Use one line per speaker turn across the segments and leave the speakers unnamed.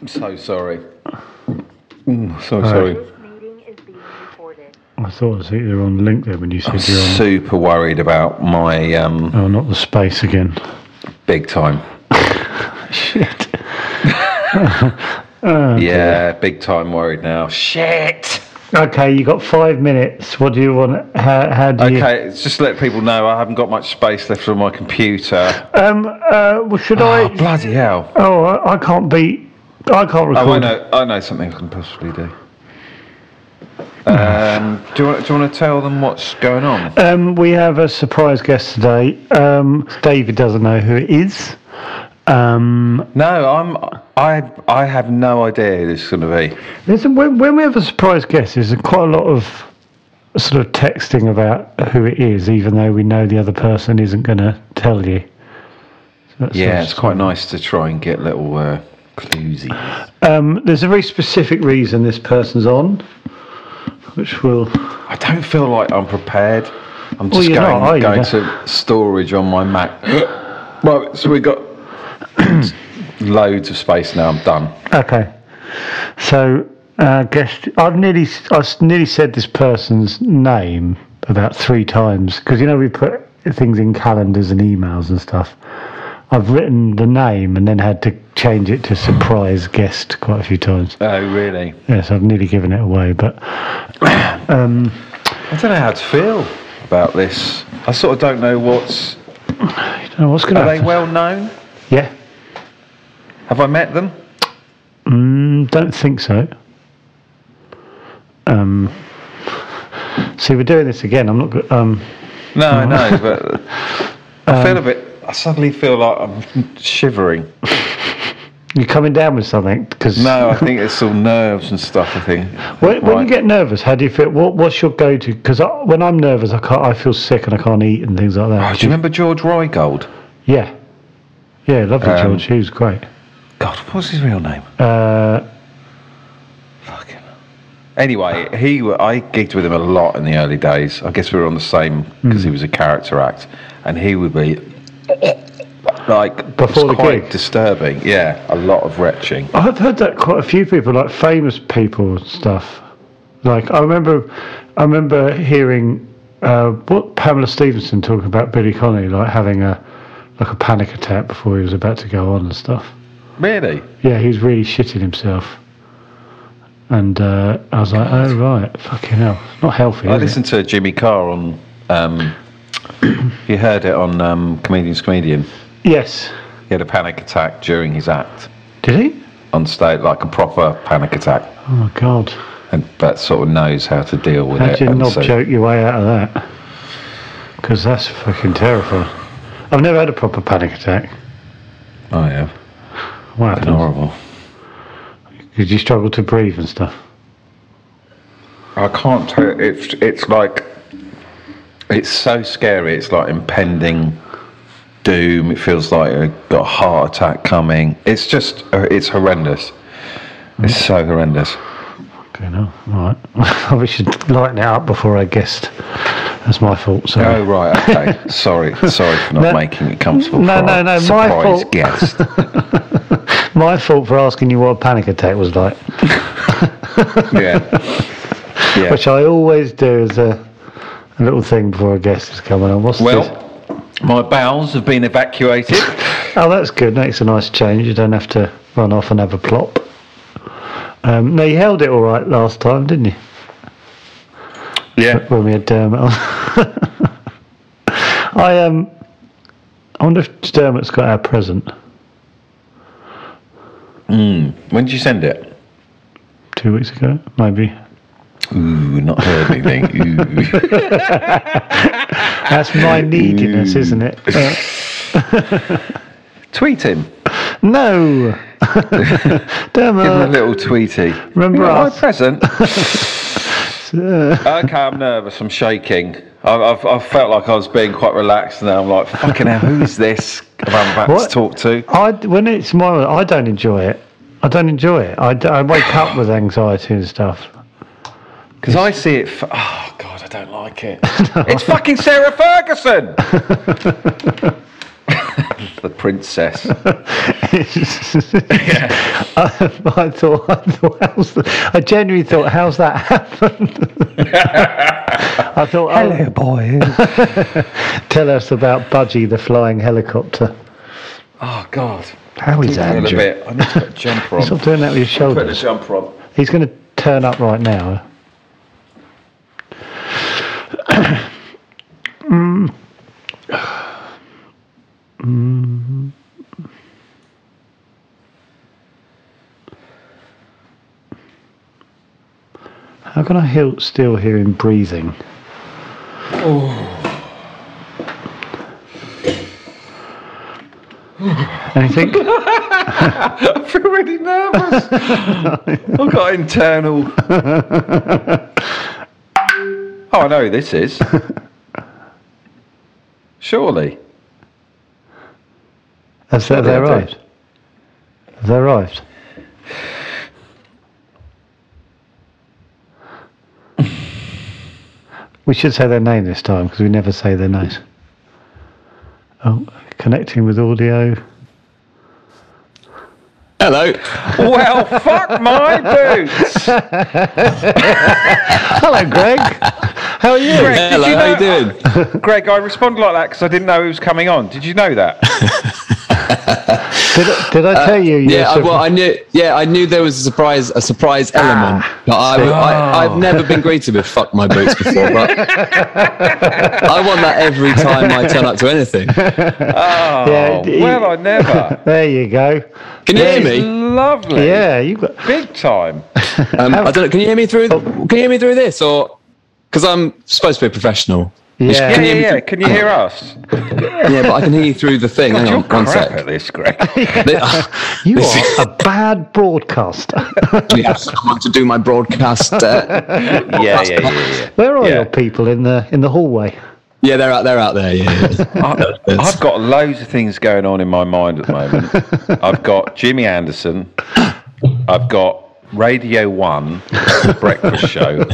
I'm so sorry. Mm, so sorry.
This meeting is being recorded.
I thought I was you were on the link there when you said you're on.
Super worried about my um,
Oh, not the space again.
big time.
Shit. Oh,
yeah, big time worried now. Shit.
Okay, you got five minutes. What do you want? How, how do you?
Okay, it's just to let people know I haven't got much space left on my computer.
Um. Uh. Well, should
Oh,
I?
bloody hell.
Oh, I, I can't be. I can't record.
Oh, I know, I know something I can possibly do. Um, do, you want, do you want to tell them what's going on?
Um. We have a surprise guest today. Um. David doesn't know who it is. Um.
No, I'm. I I have no idea who this is going to be.
Listen, when when we have a surprise guest, there's quite a lot of sort of texting about who it is, even though we know the other person isn't going to tell you. So that's-
Yeah,
that's
it's quite nice to try and get little uh, cluesies.
Um, there's a very specific reason this person's on, which will.
I don't feel like I'm prepared. I'm just
you're
going,
not, are you?
going to storage on my Mac. well, so we've got loads of space now. I'm done.
Okay. So, uh, guest, I've nearly, I've nearly said this person's name about three times because you know we put things in calendars and emails and stuff. I've written the name and then had to change it to surprise guest quite a few times.
Oh, really?
Yes, I've nearly given it away, but
I don't know how to feel about this. I sort of don't know what's.
I don't know what's going to
Are they
happen.
well known?
Uh, yeah,
Have I met them?
Mm, don't think so. Um, see, we're doing this again. I'm not. go- Um,
No, I know, but um, I feel a bit. I suddenly feel like I'm shivering.
you're coming down with something because
No, I think it's all nerves and stuff. I think.
When, when
Right.
you get nervous, how do you feel? What, what's your go-to? Because when I'm nervous, I can't. I feel sick and I can't eat and things like that.
Oh, do you remember George Roygold?
Yeah, yeah, lovely
Um,
George. He was great.
God, what's his real name?
Uh,
Fucking. Anyway, he I gigged with him a lot in the early days. I guess we were on the same because
Hmm.
he was a character act, and he would be like it was
Before the
quite
gig?
disturbing. Yeah, a lot of retching.
I've heard that quite a few people, like famous people and stuff. Like I remember, I remember hearing uh, what Pamela Stevenson talking about Billy Connolly, like having a like a panic attack before he was about to go on and stuff.
Really?
Yeah, he was really shitting himself. And uh, I was like, oh right, fucking hell, It's not healthy.
I
is it?
listened to Jimmy Carr on. Um, you heard it on um, Comedian's Comedian.
Yes.
He had a panic attack during his act
Did he?
on stage, like a proper panic attack,
Oh my god.
and but sort of knows how to deal with
How'd
it.
you
Uh, and
knob
so-
joke your way out of that? Because that's fucking terrifying. I've never had a proper panic attack.
Oh yeah,
What
been
happened?
horrible.
Did you struggle to breathe and stuff?
I can't tell. It's it's like it's so scary. It's like impending doom. It feels like I've got a heart attack coming. It's just uh, it's horrendous. It's so horrendous.
Okay, no. All right. we should lighten it up before I guessed. That's my fault. Sorry.
Oh right, okay. sorry, sorry for not
No.
making it comfortable.
No,
for
no,
our
no, my
Surprise
fault.
guest.
My fault for asking you what a panic attack was like,
yeah, yeah.
which I always do as a, a little thing before a guest is coming on. What's this?
well, my bowels have been evacuated.
Oh, that's good. That's a nice change. You don't have to run off and have a plop. Um, no, you held it all right last time, didn't you?
yeah,
When we had Dermot on. I um, I wonder if Dermot's got our present.
when did you send it?
Two weeks ago, maybe.
Ooh, not heard anything. Ooh.
That's my
Mm.
neediness, isn't it? Uh,
Tweet him.
no,
Give him a
Dermot.
little tweety.
Uh, remember
You got
us?
my present. okay, I'm nervous. I'm shaking. I've, I've, I've felt like I was being quite relaxed, and now I'm like, fucking hell, who's this? I'm about to
What?
talk to.
I when it's my, I don't enjoy it. I don't enjoy it. I, d- I wake up with anxiety and stuff. Um,
Because I see it. F- oh God, I don't like it. It's fucking Sarah Ferguson, the princess.
I, I thought, I thought, how's the, I genuinely thought, how's that happened? I thought, oh,
boy.
tell us about Budgie the flying helicopter.
Oh God.
How is
I feel a
Andrew?
bit. I need to put a jumper on.
Stop doing that with your
Put a
shoulders.
jumper on.
He's going to turn up right now. How can I hear, still hear him breathing? And I think
I feel really nervous. I've got internal. Oh, I know who this is. Surely.
Has they, they
they
arrived?
did.
Have they arrived? we should say their name this time because we never say their names. Oh, connecting with audio.
Hello.
Well, fuck my boots.
Hello, Greg. How are you?
Greg,
Hello,
did you
how you
know,
doing?
Greg, I responded like that because I didn't know who was coming on. Did you know that?
Did, did I tell you?
Yeah, I,
Yusuf?
well, I knew. Yeah, I knew there was a surprise, a surprise element. But I, I, I've never been greeted with "fuck my boots" before, but I want that every time I turn up to anything. Can
Yeah,
Oh,
d-
well, I never.
there you go.
you
Yeah,
hear me?
Lovely.
Yeah, you got.
Big time.
Um, I don't know. Can you hear me through? Can you hear me through this or? Because I'm supposed to be a professional.
Yeah,
Yeah,
yeah, yeah. Can you hear us?
Yeah, but I can hear you through the thing. Hang
You're
on, one
crap at
sec.
this, Greg.
you are a bad broadcaster.
actually have someone to do my broadcast. Uh,
yeah, yeah, yeah,
Where are
Yeah.
your people in the in the hallway?
yeah, they're out. They're out there. Yeah. yeah.
yeah. I, I've got loads of things going on in my mind at the moment. I've got Jimmy Anderson. I've got Radio One, the breakfast show.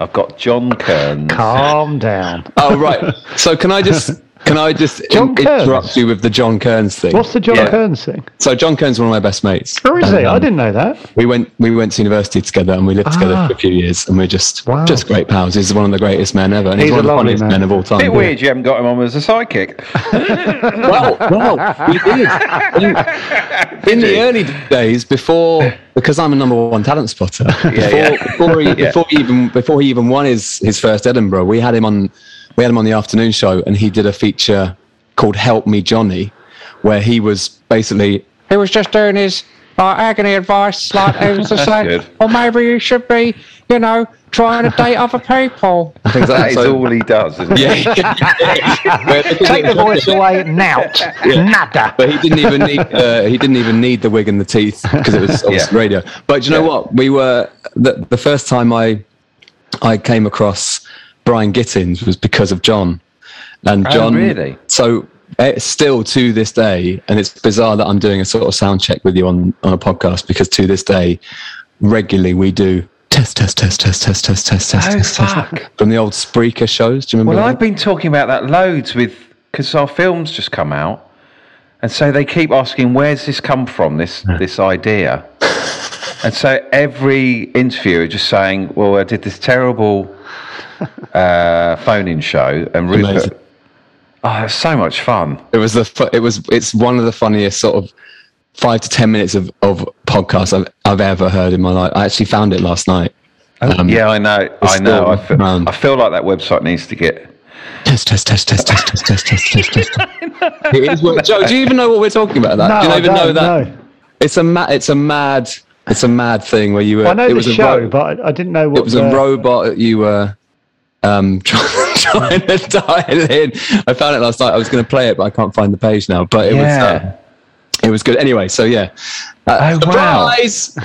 I've got John Kern.
Calm down.
Oh right. So can I just can I just
John
in-
Kearns.
interrupt you with the John Kearns thing?
What's the John
Yeah.
Kearns thing?
so John Kearns is one of my best mates.
Where is he?
And,
I
um,
didn't know that.
We went we went to university together and we lived together for a few years and we're just
Ah. Wow.
just great pals. He's one of the greatest men ever and he's,
He's a
one of the
lovely
funniest
man.
men of all time.
Bit weird you haven't got him on as a psychic.
Well, well, we did. In, in the early days, before because I'm a number one talent spotter, before,
yeah.
before, he, before he even before he even won his his first Edinburgh, we had him on we had him on the afternoon show, and he did a feature called "Help Me Johnny," where he was basically he was just doing his uh, agony advice slot. It was just like,
Good.
or maybe you should be, you know, trying to date other people. Things like
That is
so-
all he does, isn't it?
yeah. Where-
Take the voice away now. Nada.
but he didn't even need uh, he didn't even need the wig and the teeth because it was obviously
Yeah.
radio. But do you know what? We were the, the first time I I came across Brian Gittins was because of John and John.
Oh, really?
So it's still to this day, and it's bizarre that I'm doing a sort of sound check with you on on a podcast because to this day, regularly we do test, test, test, test, test, test, test, test,
Oh,
test, test,
fuck.
from the old Spreaker shows. Do you remember?
Well,
that?
I've been talking about that loads with because our film's just come out, and so they keep asking, "Where's this come from? This this idea?" and so every interviewer just saying, "Well, I did this terrible uh, phone-in show, and Rupert."
Amazing.
Oh, it's so much fun.
It was the fu- it was it's one of the funniest sort of five to ten minutes of, of podcasts I've I've ever heard in my life. I actually found it last night. Um,
yeah, I know.
it's
I know.
still
I feel,
around.
I feel like that website needs to get.
Test test test test test test test test test test. It is what- Joe, do you even know what we're talking about? That
No,
Uh, do you
I
even know
don't
that?
know.
It's a ma- it's a mad it's a mad thing where you were.
I know
it
the
was a
show,
ro-
but uh, I didn't know what
it was a
the-
robot that you were um trying, trying to dial in. I found it last night. I was going to play it, but I can't find the page now. But it was. Uh, it was good. Anyway, so yeah. Uh,
Oh, wow.
surprise!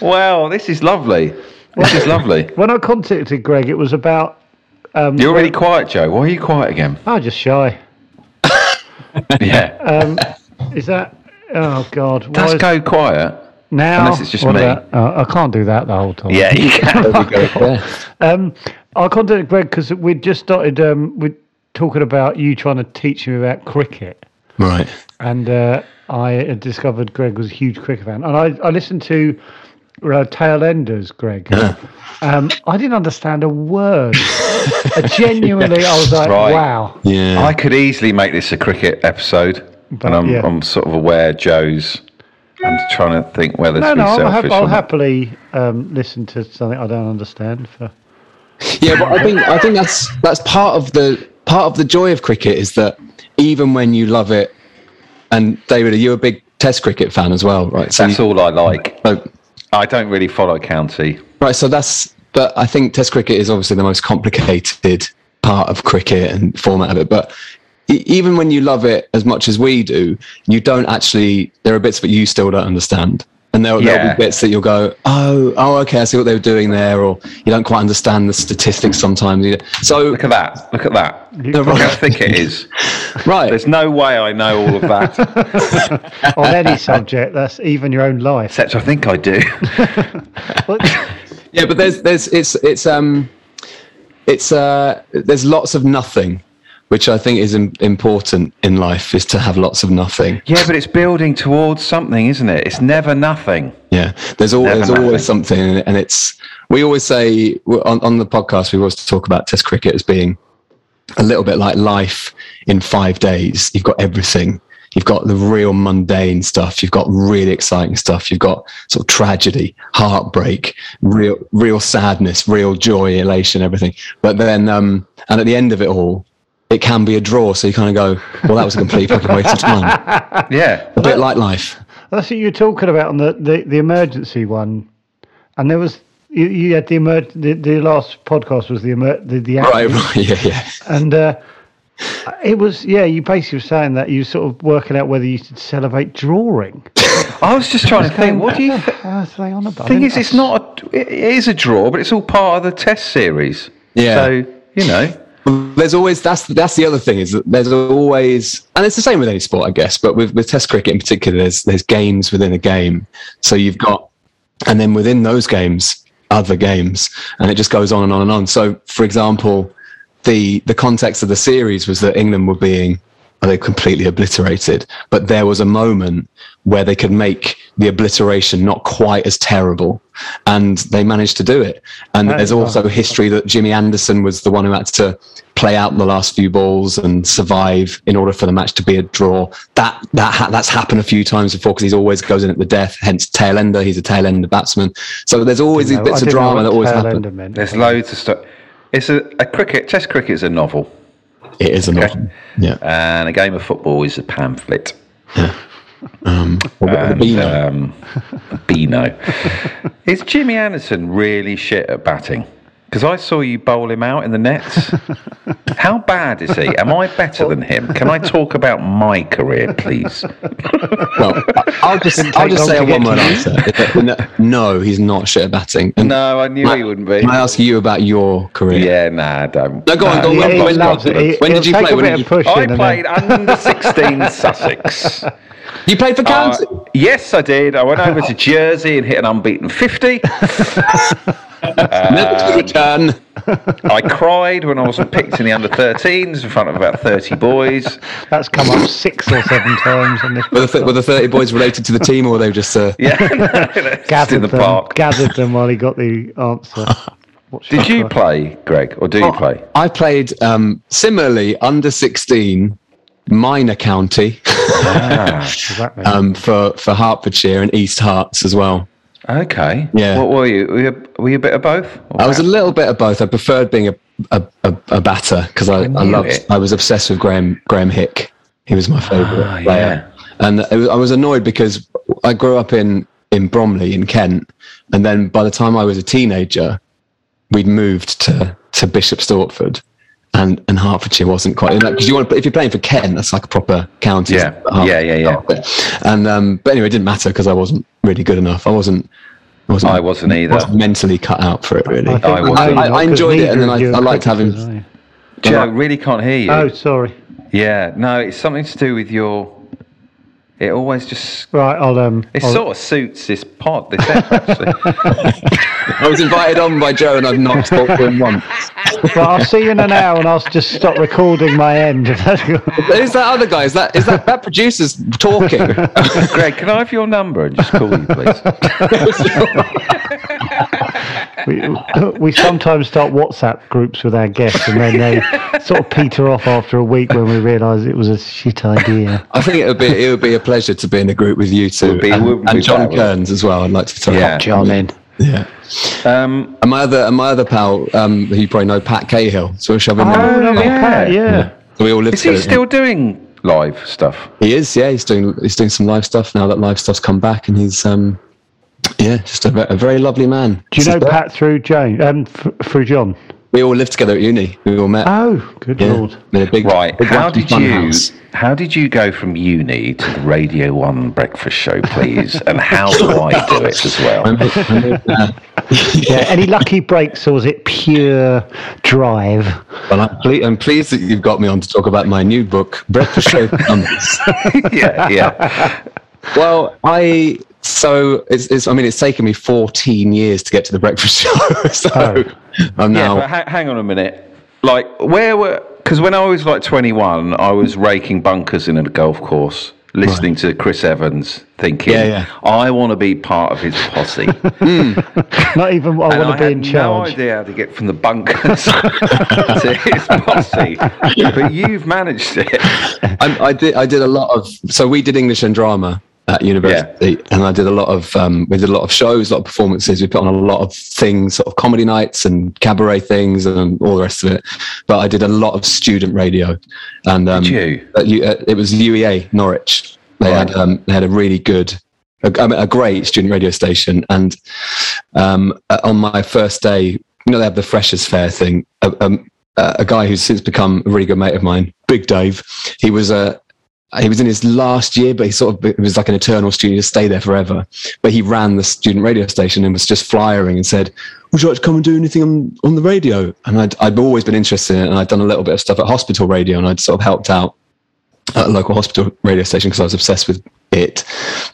Wow, this is lovely. This is lovely.
When I contacted Greg, it was about. Um,
You're already quiet, Joe. Why are you quiet again?
Oh, just shy.
Yeah.
Is that? Oh God! why
Uh,
Let's
is-
go quiet.
now.
unless it's just
What
me.
about- oh, I can't do that the whole time.
Yeah, you can.
Yeah.
Um, I contacted Greg because we'd just started. Um, we're talking about you trying to teach me about cricket,
Right.
and uh, I had discovered Greg was a huge cricket fan, and I, I listened to uh, Tail Enders, Greg. Um, I didn't understand a word. I genuinely, I was like,
Right.
wow.
Yeah.
I could easily make this a cricket episode,
But,
and I'm,
yeah.
I'm sort of aware Joe's. I'm trying to think whether
No,
to be
no, I'll,
selfish.
hap-
or
I'll
not.
happily um, listen to something I don't understand. For
Yeah, but I think I think that's that's part of the part of the joy of cricket is that even when you love it, and David, are you a big Test cricket fan as well? Right. So,
That's
you-
all I like.
so-
I don't really follow county.
right. So that's but I think Test cricket is obviously the most complicated part of cricket and format of it, but. e- Even when you love it as much as we do, you don't actually. There are bits that you still don't understand, and there,
Yeah.
there'll be bits that you'll go, "Oh, oh, okay, I see what they were doing there," or you don't quite understand the statistics sometimes. You- So,
Look at that. Look at that.
No,
Look how
right,
thick it is.
right,
There's no way I know all of that,
on any subject, that's even your own life.
except I think I do.
But-
yeah but there's there's it's it's um it's uh there's lots of nothing which i think is im- important in life is to have lots of nothing
yeah, but it's building towards something, isn't it? It's never nothing.
yeah there's always
Never
there's
nothing.
always something in it, and it's we always say on, on the podcast we always talk about test cricket as being a little bit like life in five days you've got everything you've got the real mundane stuff you've got really exciting stuff you've got sort of tragedy heartbreak real real sadness real joy elation everything but then um and at the end of it all it can be a draw so you kind of go well that was a complete fucking waste of time
Yeah.
a bit like life
That's what you were talking about on the, the, the emergency one, and there was you, you had the emer the, the last podcast was the emer the, the
right right yeah yeah
and uh, it was yeah you basically were saying that you were sort of working out whether you should celebrate drawing.
I was just trying to think. What do you? Th-
How's they on about? I
thing
didn't-
is, it's not. A, it is a draw, but it's all part of the test series.
Yeah.
So you know.
there's always that's that's the other thing is that there's always and it's the same with any sport I guess but with, with test cricket in particular there's there's games within a game so you've got and then within those games other games and it just goes on and on and on so for example the the context of the series was that England were being well, they completely obliterated but there was a moment where they could make the obliteration not quite as terrible and they managed to do it and there's also history that Jimmy Anderson was the one who had to play out the last few balls and survive in order for the match to be a draw that that ha- that's happened a few times before because he always goes in at the death hence tail ender he's a tail ender batsman so there's always these
No, I
bits of
didn't know
drama
what
that always
tail
happen
ender meant.
There's loads of stuff. It's a, a cricket. Test cricket is a novel,
it is a
Okay.
novel yeah
and a game of football is a pamphlet.
Well, the Beano.
Um, Beano. is Jimmy Anderson really shit at batting? Because I saw you bowl him out in the nets. How bad is he? Am I better than him? Can I talk about my career, please?
Well, I- I'll just I'll just
long
say
to
a
get
one word
to
answer. No, he's not shit at batting. And
No, I knew he wouldn't be.
Can I ask you about your career?
Yeah, nah, don't.
No, go on,
nah,
go on,
I'm
go on,
Yeah,
go
he
on.
not
loves it.
confident.
He,
When
he'll
did you
take
play?
A
When
bit
did
of pushing
I
and then-
played under 16 Sussex.
You played for County.
Uh, yes, I did. I went over to Jersey and hit an unbeaten 50.
Never to
uh,
return.
I cried when I wasn't picked in the under 13s in front of about 30 boys.
That's come up six or seven times on this.
Were the, th- were the 30 boys related to the team or were they just. Uh,
Yeah, no, that's
Gathered
in the
them,
park.
gathered them while he got the answer. What's
Did
your-
you play, Greg, or do
Oh.
you play?
I played um, similarly under 16 minor county
Does that mean?
um, for, for Hertfordshire and East Hearts as well.
Okay.
Yeah.
What were you? Were you, a- were you a bit of both? Or
I was a little bit of both. I preferred being a, a, a, a batter because I, I,
knew
loved,
it.
I was obsessed with Graham, Graham Hick. He was my favourite
Ah,
player. And it was, I was annoyed because I grew up in, in Bromley in Kent. And then by the time I was a teenager, we'd moved to, to Bishop Stortford. And, and Hertfordshire wasn't quite because you want if you're playing for Kent that's like a proper county
Yeah. Yeah, yeah, yeah.
and um, but anyway it didn't matter because I wasn't really good enough I wasn't I wasn't
I wasn't either.
wasn't mentally cut out for it really
I, think
I was-
I-
I- I enjoyed it, and then
neither of you
I- I
are
liked
cricketers, are
having-
you?
Joe, I really can't hear you.
Oh, sorry.
Yeah. No, it's something to do with your. It always just.
Right, I'll um.
It
Oh.
I'll-
sort of suits this pod, this app, actually.
I was invited on by Joe and I've not talked to him once.
Well, I'll see you in an hour, and I'll just stop recording my end.
Who's that other guy? Is that is that that producer's talking?
Greg, can I have your number and just call you, please?
we, we sometimes start WhatsApp groups with our guests, and then they sort of peter off after a week when we realise it was a shit idea.
I think it would be it would be a pleasure to be in a group with you two
Would be-
and,
would be
and John
fabulous.
Kearns as well. I'd like to throw
Yeah.
John in.
yeah.
Um,
And my other and my other pal, um, who you probably know, Pat Cahill. So we'll shove him
Oh,
in.
no,
yeah.
Pat, yeah.
So we all live
is he
together.
still doing live stuff?
He is, yeah. He's doing he's doing some live stuff now that live stuff's come back, and he's um, yeah, just a, ve- a very lovely man.
Do you know Pat through Jane? Um, f- through John.
We all lived together at uni. We all met.
Oh, good
Yeah.
lord.
In a big,
Right.
big
How
Latin
did you?
funhouse.
How did you go from uni to the Radio One breakfast show, please? And how do I do it as well?
uh,
Yeah. Any lucky breaks, or was it pure drive?
Well, I'm, ple- I'm pleased that you've got me on to talk about my new book, Breakfast Show Numbers.
yeah, yeah.
well, I so it's, it's I mean it's taken me 14 years to get to the Breakfast Show, so I'm
Oh. Yeah,
now
but ha- hang on a minute. Like, where were? Because when I was like 21, I was raking bunkers in a golf course, listening to Chris Evans, thinking,
Yeah, yeah.
"I want to be part of his posse."
Not even. I
And
want to
I
be
had
in
no
charge.
idea how to get from the bunkers to his posse, but you've managed it.
I'm, I did. I did a lot of. So we did English and drama at university, and I did a lot of. Um, we did a lot of shows, a lot of performances. We put on a lot of things, sort of comedy nights and cabaret things, and all the rest of it. But I did a lot of student radio, and um,
Did you?
at U- at- it was UEA Norwich. They had um, they had a really good, a, I mean, a great student radio station, and um, uh, on my first day, you know, they have the Freshers Fair thing. A, um, uh, a guy who's since become a really good mate of mine, Big Dave. He was a he was in his last year, but he sort of it was like an eternal student. He'd stay there forever. But he ran the student radio station and was just flyering and said, "Would you like to come and do anything on, on the radio?" And I'd, I'd always been interested in it, and I'd done a little bit of stuff at hospital radio, and I'd sort of helped out at a local hospital radio station because I was obsessed with it.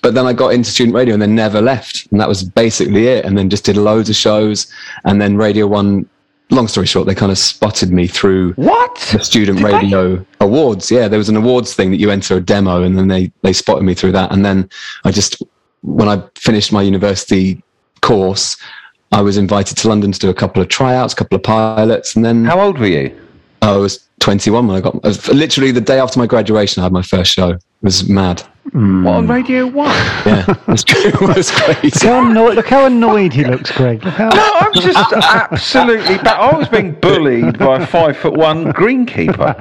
But then I got into student radio and then never left. And that was basically it. And then just did loads of shows. And then Radio One, long story short, they kind of spotted me through the
What?
student radio awards. Yeah, there was an awards thing that you enter a demo, and then they they spotted me through that. And then I just, when I finished my university course, I was invited to London to do a couple of tryouts, a couple of pilots, and then
How old were you?
I was 21 when I got. I was, literally the day after my graduation, I had my first show. It was mad.
What on Radio One?
Yeah, it was, it was crazy.
Look how, annoyed, look how annoyed he looks, Greg. Look how-
No, I'm just absolutely. Ba- I was being bullied by a five foot one greenkeeper.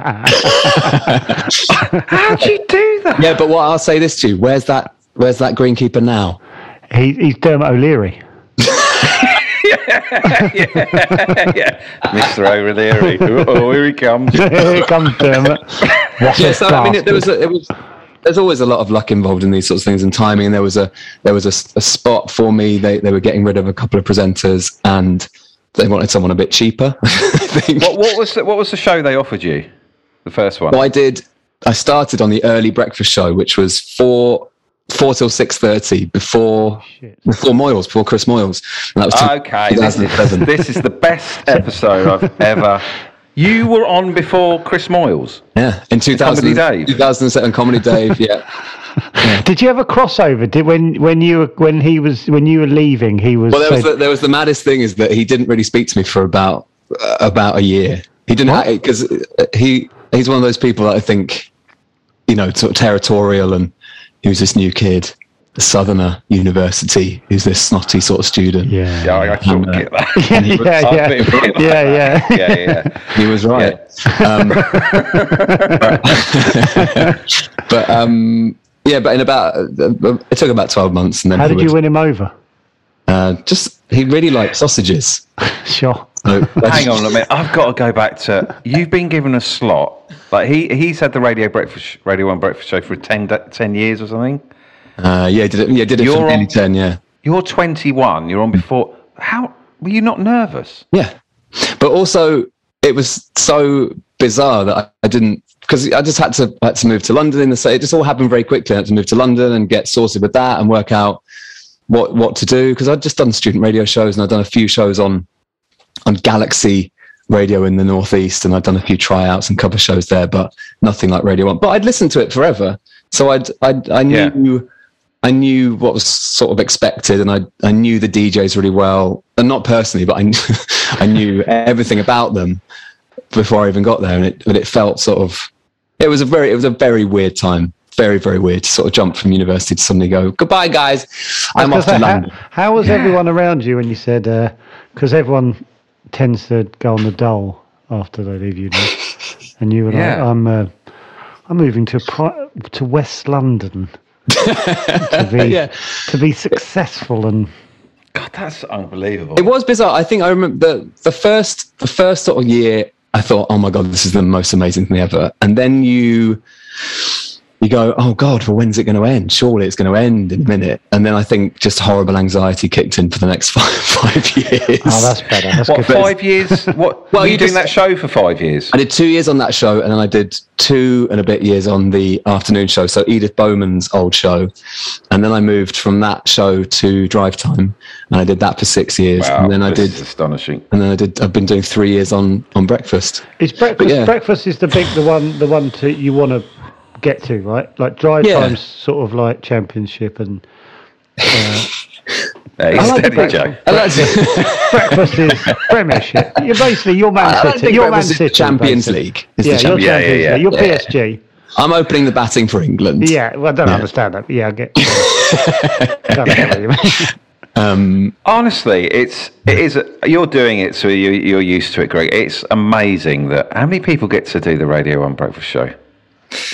How'd you do that?
Yeah, but what I'll say this to you: where's that? Where's that greenkeeper now?
he, he's Dermot O'Leary.
Mr. O'Leary. Oh, here he comes.
Here comes Dermot. What
yeah,
a
so I mean, it, there
bastard.
was a, it was. There's always a lot of luck involved in these sorts of things and timing. And there was a there was a, s- a spot for me. They they were getting rid of a couple of presenters and they wanted someone a bit cheaper. I think.
What, what was the, what was the show they offered you? The first one.
Well, I did. I started on the early breakfast show, which was four four till six thirty before before Moyles, before Chris Moyles. And that was two-
Okay, this is,
2007.
this is the best episode I've ever. You were on before Chris Moyles.
yeah, in 2000,
Comedy Dave.
2007, Comedy Dave. Yeah.
Did you have a crossover? Did when when you were when he was when you were leaving, he was.
Well, there was
so-
the, there was the maddest thing is that he didn't really speak to me for about uh, about a year. He didn't because uh, he he's one of those people that I think you know sort of territorial and he was this new kid, a Southerner university, who's this snotty sort of student.
yeah.
Yeah, I, I sort of get that.
yeah, yeah,
I
yeah,
think we get
yeah,
that.
yeah.
yeah, yeah.
He was right. Um, but um, yeah, but in about it took about twelve months, and then
How
he
did you
would,
win him over?
uh, just he really liked sausages.
Sure.
So that's-
Hang on a minute. I've got to go back to. You've been given a slot. Like he, he's had the radio breakfast, sh- radio one breakfast show for 10, da- 10 years or something.
Uh, yeah, did it. Yeah, did it
You're
for nearly
on-
ten. Yeah,
You're twenty one. You're on before. How were you not nervous?
yeah. But also, it was so bizarre that I, I didn't because I just had to had to move to London in the same. It just all happened very quickly. I had to move to London and get sorted with that and work out what what to do because I'd just done student radio shows and I'd done a few shows on on Galaxy radio in the northeast and I'd done a few tryouts and cover shows there, but nothing like Radio One. But I'd listened to it forever, so I'd I'd I
Yeah.
knew. I knew what was sort of expected, and I I knew the DJs really well, and not personally, but I knew, I knew everything about them before I even got there, and it but it felt sort of it was a very it was a very weird time, very very weird to sort of jump from university to suddenly go goodbye guys, I'm off to
Because uh,
London.
How, how was everyone around you when you said? Because everyone tends to go on the dole after they leave uni, and you were like,
Yeah.
"I'm, uh, I'm moving to pri- to West London to be
Yeah.
to be successful." And
God, that's unbelievable.
It was bizarre. I think I remember the, the first the first sort of year. I thought, oh my god, this is the most amazing thing ever. And then you you go, oh god, well, when's it going to end? Surely it's going to end in a minute. And then I think just horrible anxiety kicked in for the next five five years.
oh, that's better. That's
what
good.
five years? What?
Well,
were you,
you
doing
just-
that show for five years?
I did two years on that show, and then I did two and a bit years on the afternoon show. So Edith Bowman's old show, and then I moved from that show to Drive Time, and I did that for six years,
Wow,
and then I
this
did.
is astonishing.
And then I did. I've been doing three years on on breakfast.
Is breakfast
yeah.
breakfast is the big the one the one to you want to get to right? Like drive
Yeah.
time's sort of like championship and.
There you
like the
steady, Joe.
I like to-
Breakfast is Premiership. You're basically your Man
I don't
City.
think
Your Man
breakfast is the
City.
Champions
basically.
League.
Yeah,
Is the
you're
champion.
yeah,
Champions
yeah,
League. You're
yeah.
PSG.
I'm opening the batting for England.
Yeah, well, I don't understand that. But yeah, I get. Don't know what you mean.
Honestly, it's it is. You're doing it, so you, you're used to it, Greg. It's amazing that how many people get to do the Radio One Breakfast Show.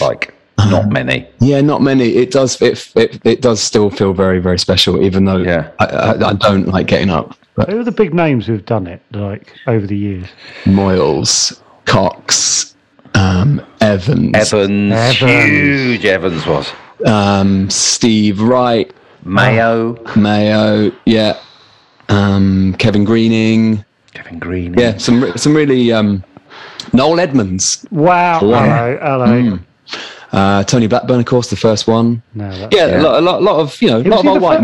Like, not many.
Yeah, not many. It does. It it, it does still feel very very special, even though
Yeah.
I, I, I don't like getting up. But
Who are the big names who've done it like over the years?
Moyles, Cox, um, Evans,
Evans,
Evans.
huge Evans was
um, Steve Wright,
Mayo,
Mayo. Yeah, um, Kevin Greening.
Kevin Green.
Yeah, some re- some really. Um, Noel Edmonds,
Wow.
Yeah.
Hello. Hello.
Hmm. uh, Tony Blackburn, of course, the first one.
No, that-
Yeah, A, lot, a lot, lot of you know, a
was
lot of
in
old
the
white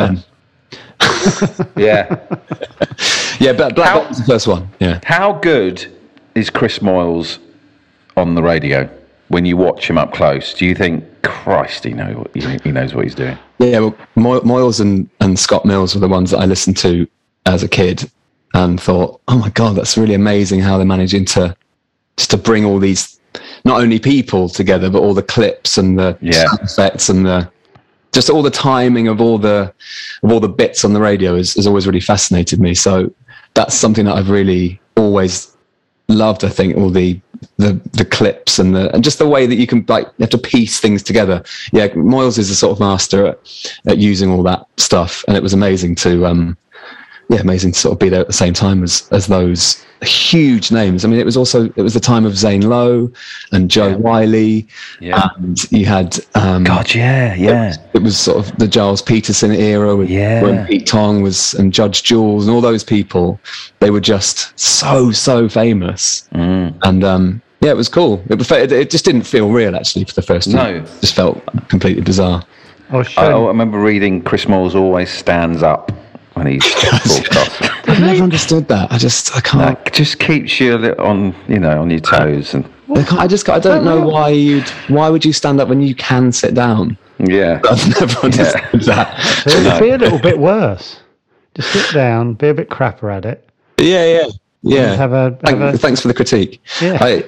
first.
men.
yeah.
Yeah, but Black
How-
Box the first one. Yeah.
How good is Chris Moyles on the radio when you watch him up close? Do you think Christ, he know he, he knows what he's doing?
Yeah, well, Moy- Moyles and, and Scott Mills were the ones that I listened to as a kid and thought, oh my God, that's really amazing how they're managing to just to bring all these, not only people together, but all the clips and the
Yeah.
sound effects and the, just all the timing of all the, of all the bits on the radio has, has always really fascinated me. So that's something that I've really always loved. I think all the the the clips and the and just the way that you can like you have to piece things together. Yeah, Moyles is a sort of master at, at using all that stuff, and it was amazing to um yeah amazing to sort of be there at the same time as as those huge names. I mean, it was also it was the time of Zane Lowe and Joe Wiley,
Yeah.
and you had um,
God, yeah, yeah.
it was sort of the Giles Peterson era with
Yeah.
when Pete Tong was and Judge Jules and all those people. They were just so so famous,
Mm.
and um, yeah, it was cool. It, was, it just didn't feel real actually for the first.
No.
year. it just felt completely bizarre.
I was
I,
Oh,
shown.
I remember reading Chris Moyles always stands up when he's broadcast.
I've never understood that. I just I can't.
That just keeps you a little on, you know, on your toes, and
I can't- I just I don't know why you'd why would you stand up when you can sit down.
yeah,
I've never understood that.
It'd be a little bit worse. Just sit down, be a bit crapper at it.
Yeah, yeah, yeah.
Have a-
Thank-
have a-
thanks for the critique.
Yeah.
I,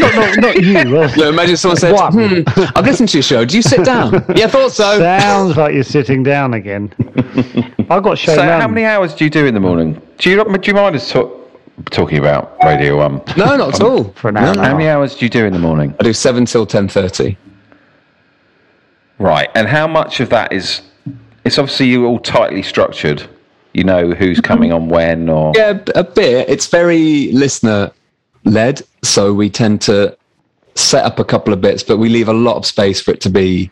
Not, not, not you. Well,
no, imagine someone said,
What?
hmm, "I've listened to your show. Do you sit down?" yeah, I thought so.
sounds like you're sitting down again. I got shown
So, how
round.
many hours do you do in the morning? Do you do you mind us talk, talking about Radio One?
No, not at all.
For an hour.
No, no.
How many hours do you do in the morning?
I do seven till ten thirty.
Right, and how much of that is? It's obviously you all tightly structured. You know who's coming on when, or
Yeah, b- a bit. It's very listener led, so we tend to set up a couple of bits, but we leave a lot of space for it to be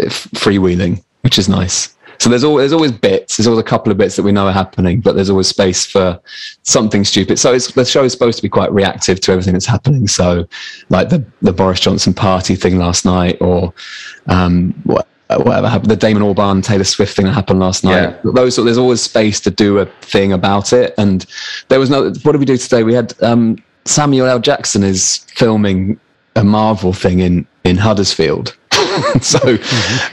uh, f- freewheeling, which is nice. So there's always, there's always bits. There's always a couple of bits that we know are happening, but there's always space for something stupid. So it's, the show is supposed to be quite reactive to everything that's happening. So, like the the Boris Johnson party thing last night, or um, what, whatever happened, the Damon Albarn Taylor Swift thing that happened last night.
Yeah.
Those there's always space to do a thing about it. And there was no. What did we do today? We had um, Samuel L. Jackson is filming a Marvel thing in in Huddersfield. so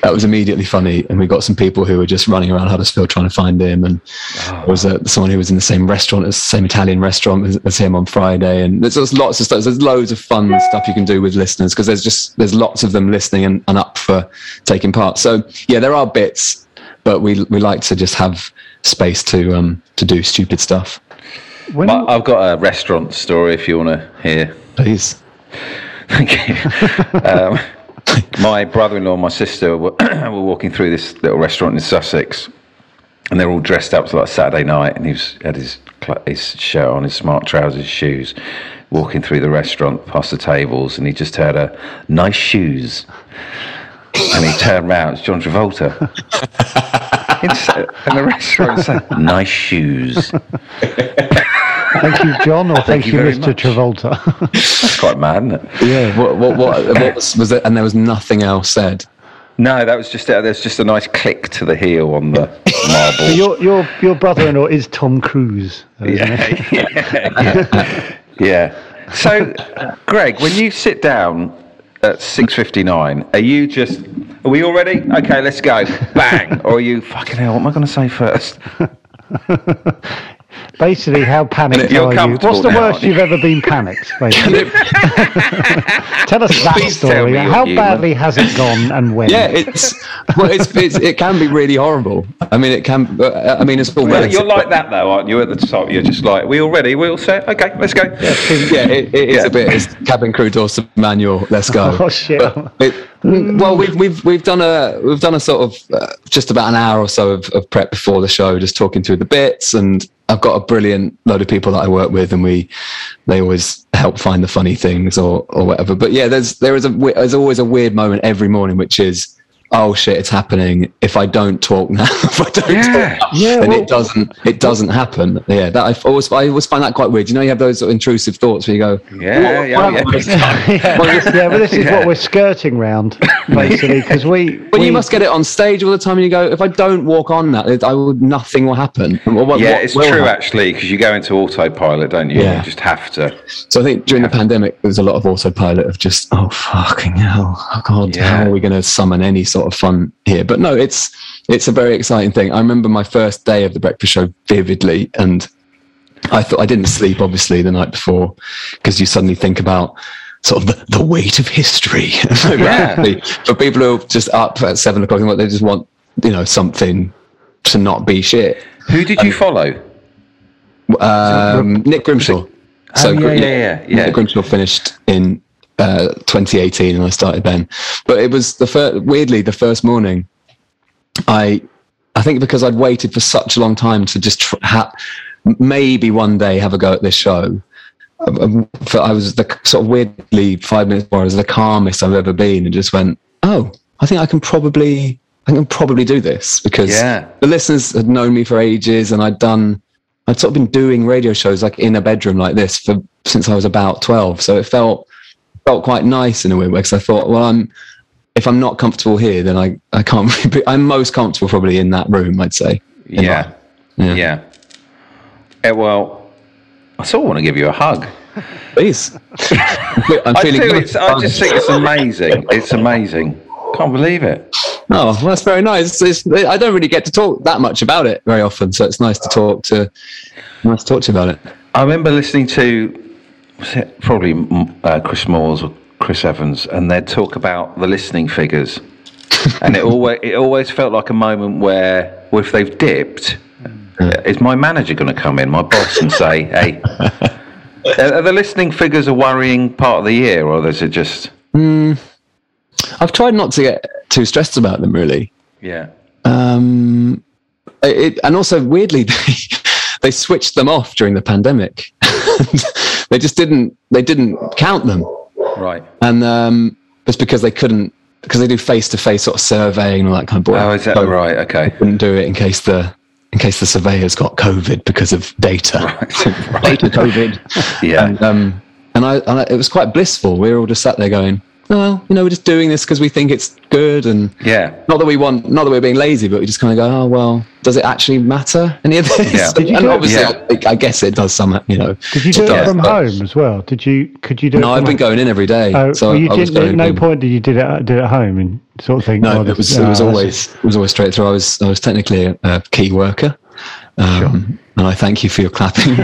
that was immediately funny, and we got some people who were just running around Huddersfield trying to find him, and there was uh, someone who was in the same restaurant, as same Italian restaurant as, as him on Friday, and there's, there's lots of stuff. There's loads of fun stuff you can do with listeners because there's just there's lots of them listening and, and up for taking part. So yeah, there are bits, but we we like to just have space to um to do stupid stuff.
When,
But I've got a restaurant story if you want to hear.
Please,
Thank you. um, my brother-in-law and my sister were, were walking through this little restaurant in Sussex, and they're all dressed up to like Saturday night, and he was, had his cl- his shirt on, his smart trousers, shoes, walking through the restaurant past the tables, and he just heard a nice shoes, and he turned round, it's John Travolta. In Sa- and the restaurant said, "Nice shoes."
thank you, John, or thank,
you
you,
very
Mr.
much.
Travolta.
That's quite mad, isn't it?
yeah. What what what, what was, was there? And there was nothing else said.
No, that was just it. There's just a nice click to the heel on the marble.
So your your your brother-in-law is Tom Cruise. though, isn't he?
yeah, yeah, yeah. So, Greg, when you sit down at six fifty nine, are you just? Are we all ready? Okay, let's go. Bang. Or are you fucking hell? What am I going to say first?
Basically, how panicked
You're
are you?
comfortable
What's the
now,
worst
aren't you?
you've ever been panicked? Basically, tell us that
Please tell
story.
me your
How
humour.
badly has it gone, and when?
Yeah, it's well, it's, it's it can be really horrible. I mean, it can. uh, I mean, it's all
Well,
relative.
you're like that though, aren't you? At the top, you're just like, we all ready? We all set? Okay, let's go.
yeah, it, it is
Yeah.
a bit. It's cabin crew doors to manual. Let's go.
Oh, shit.
But it- well, we've we've we've done a we've done a sort of uh, just about an hour or so of, of prep before the show, just talking through the bits, and I've got a brilliant load of people that I work with, and we they always help find the funny things or or whatever. But yeah, there's there is a we- there's always a weird moment every morning, which is. Oh shit! It's happening. If I don't talk now, if I don't
Yeah.
talk now,
Yeah,
then
well-
it doesn't. It doesn't happen. Yeah, that I always I always find that quite weird. You know, you have those sort of intrusive thoughts where you go,
Yeah, yeah,
what-
yeah.
what-
yeah, yeah, but this is what we're skirting round, basically, because we.
But
we-
you must get it on stage all the time, and you go, if I don't walk on that, it- I will, nothing will happen. Well, what-
Yeah,
what
it's
will
true
happen?
actually, because you go into autopilot, don't you?
Yeah.
You just have to.
So I think during the pandemic, there was a lot of autopilot of just, oh fucking hell, oh, God,
Yeah.
how are we going to summon any sort of fun here? But no, it's it's a very exciting thing. I remember my first day of the breakfast show vividly, and I thought I didn't sleep obviously the night before because you suddenly think about sort of the, the weight of history.
Yeah.
For people who are just up at seven o'clock, and what they just want, you know, something to not be shit.
Who did you follow?
Um, Nick Grimshaw.
Oh, yeah,
Gr-
yeah, yeah, yeah.
Nick Grimshaw finished in uh, 2018, and I started then. But it was the first, weirdly, the first morning. I, I think because I'd waited for such a long time to just tr- ha- maybe one day have a go at this show. Um, For, I was the c- sort of weirdly five minutes before I was the calmest I've ever been, and just went, "Oh, I think I can probably, I can probably do this," because
Yeah.
the listeners had known me for ages, and I'd done I'd sort of been doing radio shows like in a bedroom like this for since I was about twelve. So it felt felt quite nice in a way because I thought, well, I'm if I'm not comfortable here, then I, I can't. really be- I'm most comfortable probably in that room, I'd say. In
Yeah.
Yeah.
yeah. Eh, well, I still want to give you a hug.
that- Please. Look, I'm
I,
feeling.
do,
good.
it's, I just think it's amazing. It's amazing. Can't believe it.
Oh, well, that's very nice. It's, it's, I don't really get to talk that much about it very often, so it's nice to talk to. Nice to talk to you about it.
I remember listening to was it probably mm, uh, Chris Moores or Chris Evans, and they'd talk about the listening figures, and it always it always felt like a moment where, well, if they've dipped, is my manager going to come in, my boss, and say, "Hey, are are the listening figures a worrying part of the year, or is it just
I've tried not to get too stressed about them, really.
yeah"?
Um, it, and also, weirdly, they, they switched them off during the pandemic. they just didn't. They didn't count them,
Right.
and um, it's because they couldn't because they do face to face sort of surveying and all that kind of bull-
Oh, is that
bull-
right? Okay.
Couldn't do it in case the in case the surveyors got COVID because of data.
right.
data COVID.
Yeah.
And, um, and, I, and I, it was quite blissful. We were all just sat there going, "Oh, you know, we're just doing this because we think it's good." And
Yeah.
not that we want, not that we're being lazy, but we just kind of go, "Oh, well, does it actually matter any of this?"
Yeah. Did
you
and
do it-
obviously,
Yeah.
I, I guess it does somehow. You know,
Did you do it
does,
from
but-
home as well? Did you? Could you do?
No,
it from
I've been
home?
going in every day,
Oh,
so
well, you
I was
did at
going.
no
in.
point did you did it at- did it at home and sort of think.
No,
oh,
it
this
was
is-
it was
oh, that's-
always it was always straight through. I was I was technically a, a key worker, um, and I thank you for your clapping.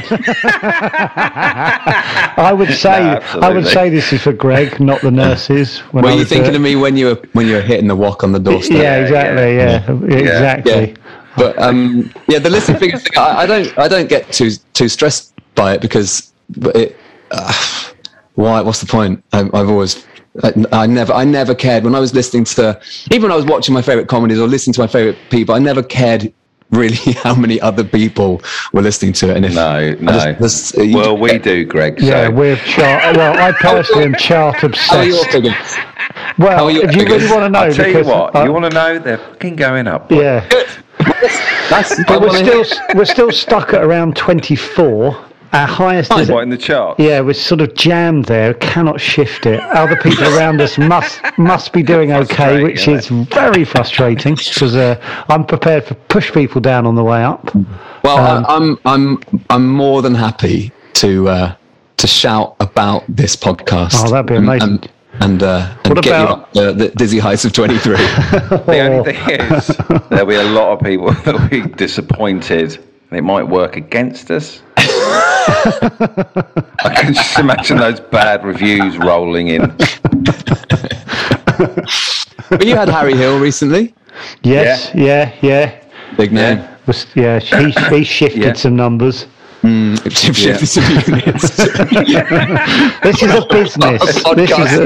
I would say
No,
I would
absolutely.
say this is for Greg, not the nurses. When
Were
I
you
was
thinking
there.
of me when you were when you were hitting the walk on the doorstep?
Yeah, exactly. Yeah, exactly.
But um, yeah, the listening figures thing, I, I don't, I don't get too too stressed by it because it. Uh, why? What's the point? I, I've always, I, I never, I never cared when I was listening to, even when I was watching my favorite comedies or listening to my favorite people. I never cared really how many other people were listening to it. And if I
No,
just-
no.
this- you
well,
just
we
get-
do, Greg.
Yeah,
so.
we're chart. Well, I personally am chart
How are you all
obsessed.
figuring?
Well,
are you-
if you really want to know,
I'll tell you
because
what,
I-
you want to know? They're fucking going up.
yeah,
That's,
but
I
we're
wanna hear-
still we're still stuck at around twenty four. Our highest is
What, in the chart?
yeah, we're sort of jammed there. Cannot shift it. Other people around us must must be doing okay,
Frustrating,
which is
isn't
very frustrating because uh, I'm prepared to push people down on the way up.
Well, I,
Um,
I'm I'm I'm more than happy to uh, to shout about this podcast.
Oh, that'd be
and-
amazing.
And, and, uh, and
What
get you
about-
up the, the dizzy heights of 23.
The only thing is, there'll be a lot of people that'll be disappointed. and It might work against us. I can just imagine those bad reviews rolling in.
but you had Harry Hill recently.
Yes, yeah, yeah.
Big name.
Yeah.
Was- Yeah, he, he shifted
Yeah.
some numbers.
Shift- shift
Yeah.
some units.
This is a business. this, is a,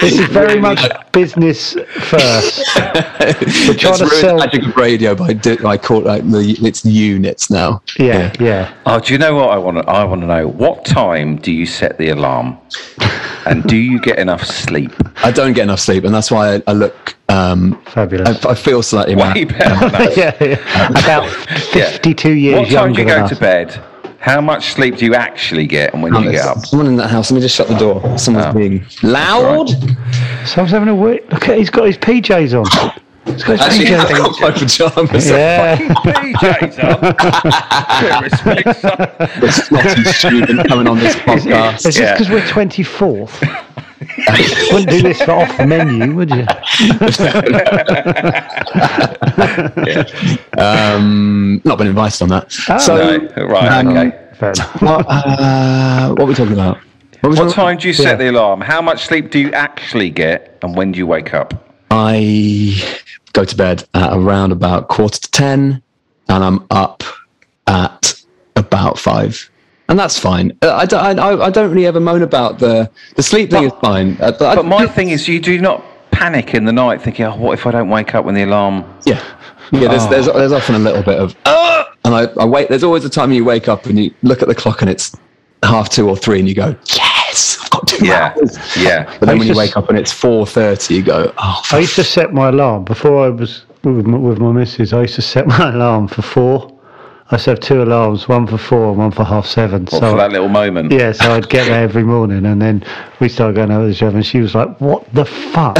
this is very much business first. We're trying
It's
to
ruined
sell.
the magic of radio by, di- by call, like the, it's units now.
Yeah, yeah.
Oh, do you know what I want to? I want to know what time do you set the alarm, and do you get enough sleep?
I don't get enough sleep, and that's why I, I look. Um, I,
Fabulous.
I feel slightly mad.
Way better. than us.
yeah, yeah. About
Yeah.
52 years
What time
younger
do you
than
go
us.
to bed? How much sleep do you actually get, and when do you get up?
Someone in that house. Let me just shut the door. Someone's
Oh.
being loud.
So I was having a wee- Look at he's got his PJs on. He's got his
Actually,
PJs
I've got my pajamas.
Yeah.
Oh, PJs on. Respect, son.
It's not a student coming on this podcast.
It's just
Yeah.
because we're 24th. Wouldn't do this for off the menu, would you?
Um, not been invited on that. so,
No, right, okay.
Fair enough.
what, uh, what are we talking about? What was
What
your-
time do you set the alarm? How much sleep do you actually get, and when do you wake up?
I go to bed at around about quarter to ten, and I'm up at about five, and that's fine. Uh, I, don't- I, I don't really ever moan about the the sleep thing is fine. Uh, but I-
But my thing is, you do not panic in the night thinking, oh, what if I don't wake up when the alarm.
Yeah. Yeah, there's, there's,
Oh.
there's often a little bit of,
Uh!
"Ah!" and I, I wait. There's always a time you wake up and you look at the clock and it's half two or three, and you go, "Yes, I've got two
Yeah,
hours."
yeah.
I
But then when
used
you
to
wake
s-
up and it's four thirty, you go,
I
"Oh, for
used to set my alarm before I was with my, with my missus. I used to set my alarm for four. I used to have two alarms, one for four and one for half seven.
What, for that little moment?
yeah, so I'd get there every morning, and then we started going over the show, and she was like, "What the fuck?"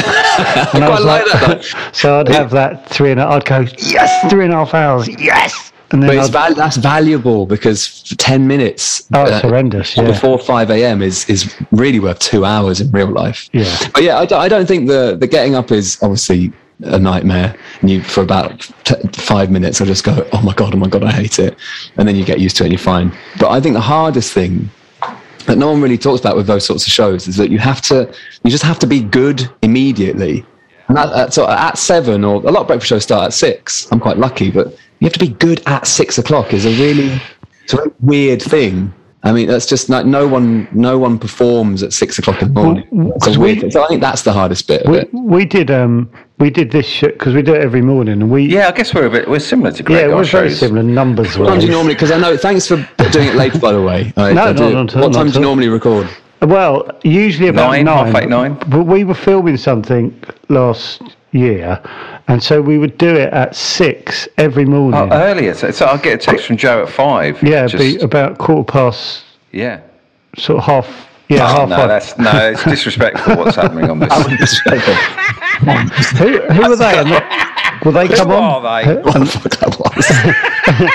And I was
like
so I'd have that three and a, I'd go yes, three and a half hours, yes, and
But
then
it's
I'd,
val- that's valuable because ten minutes uh,
Oh, it's horrendous, yeah.
before five a.m. is is really worth two hours in real life.
Yeah.
but yeah, I don't, I don't think the the getting up is obviously a nightmare. And you for about t- five minutes, I just go, oh my god, oh my god, I hate it, and then you get used to it and you're fine. But I think the hardest thing that no one really talks about with those sorts of shows is that you have to you just have to be good immediately and that, that- so at seven or a lot of breakfast shows start at six i'm quite lucky but you have to be good at six o'clock is a really it's a really weird thing i mean that's just like no one no one performs at six o'clock in the morning
Well, well,
so, it's
'cause we-
weird. so i think that's the hardest bit of
we,
it
we did um we did this shit because we do it every morning and we
Yeah, I guess we're a bit we're similar to Greg.
yeah it
our
was very
shows.
similar numbers were.
what time do you normally because i know thanks for doing it late by the way I,
No, no,
I do.
not at all, not
what time do
at
you
all.
normally record
Well, usually about
Nine,
nine,
half eight, nine.
But we were filming something last year, and so we would do it at six every morning.
Oh, earlier, so, so I'll get a text from Joe at five.
yeah,
just,
be about quarter past,
yeah.
sort of half. Yeah,
Oh,
half.
no,
five.
that's no, it's disrespectful what's happening on this.
Who, who are they? And what- Will they
Who
come
are
on?
they?
What the fuck that was.
You-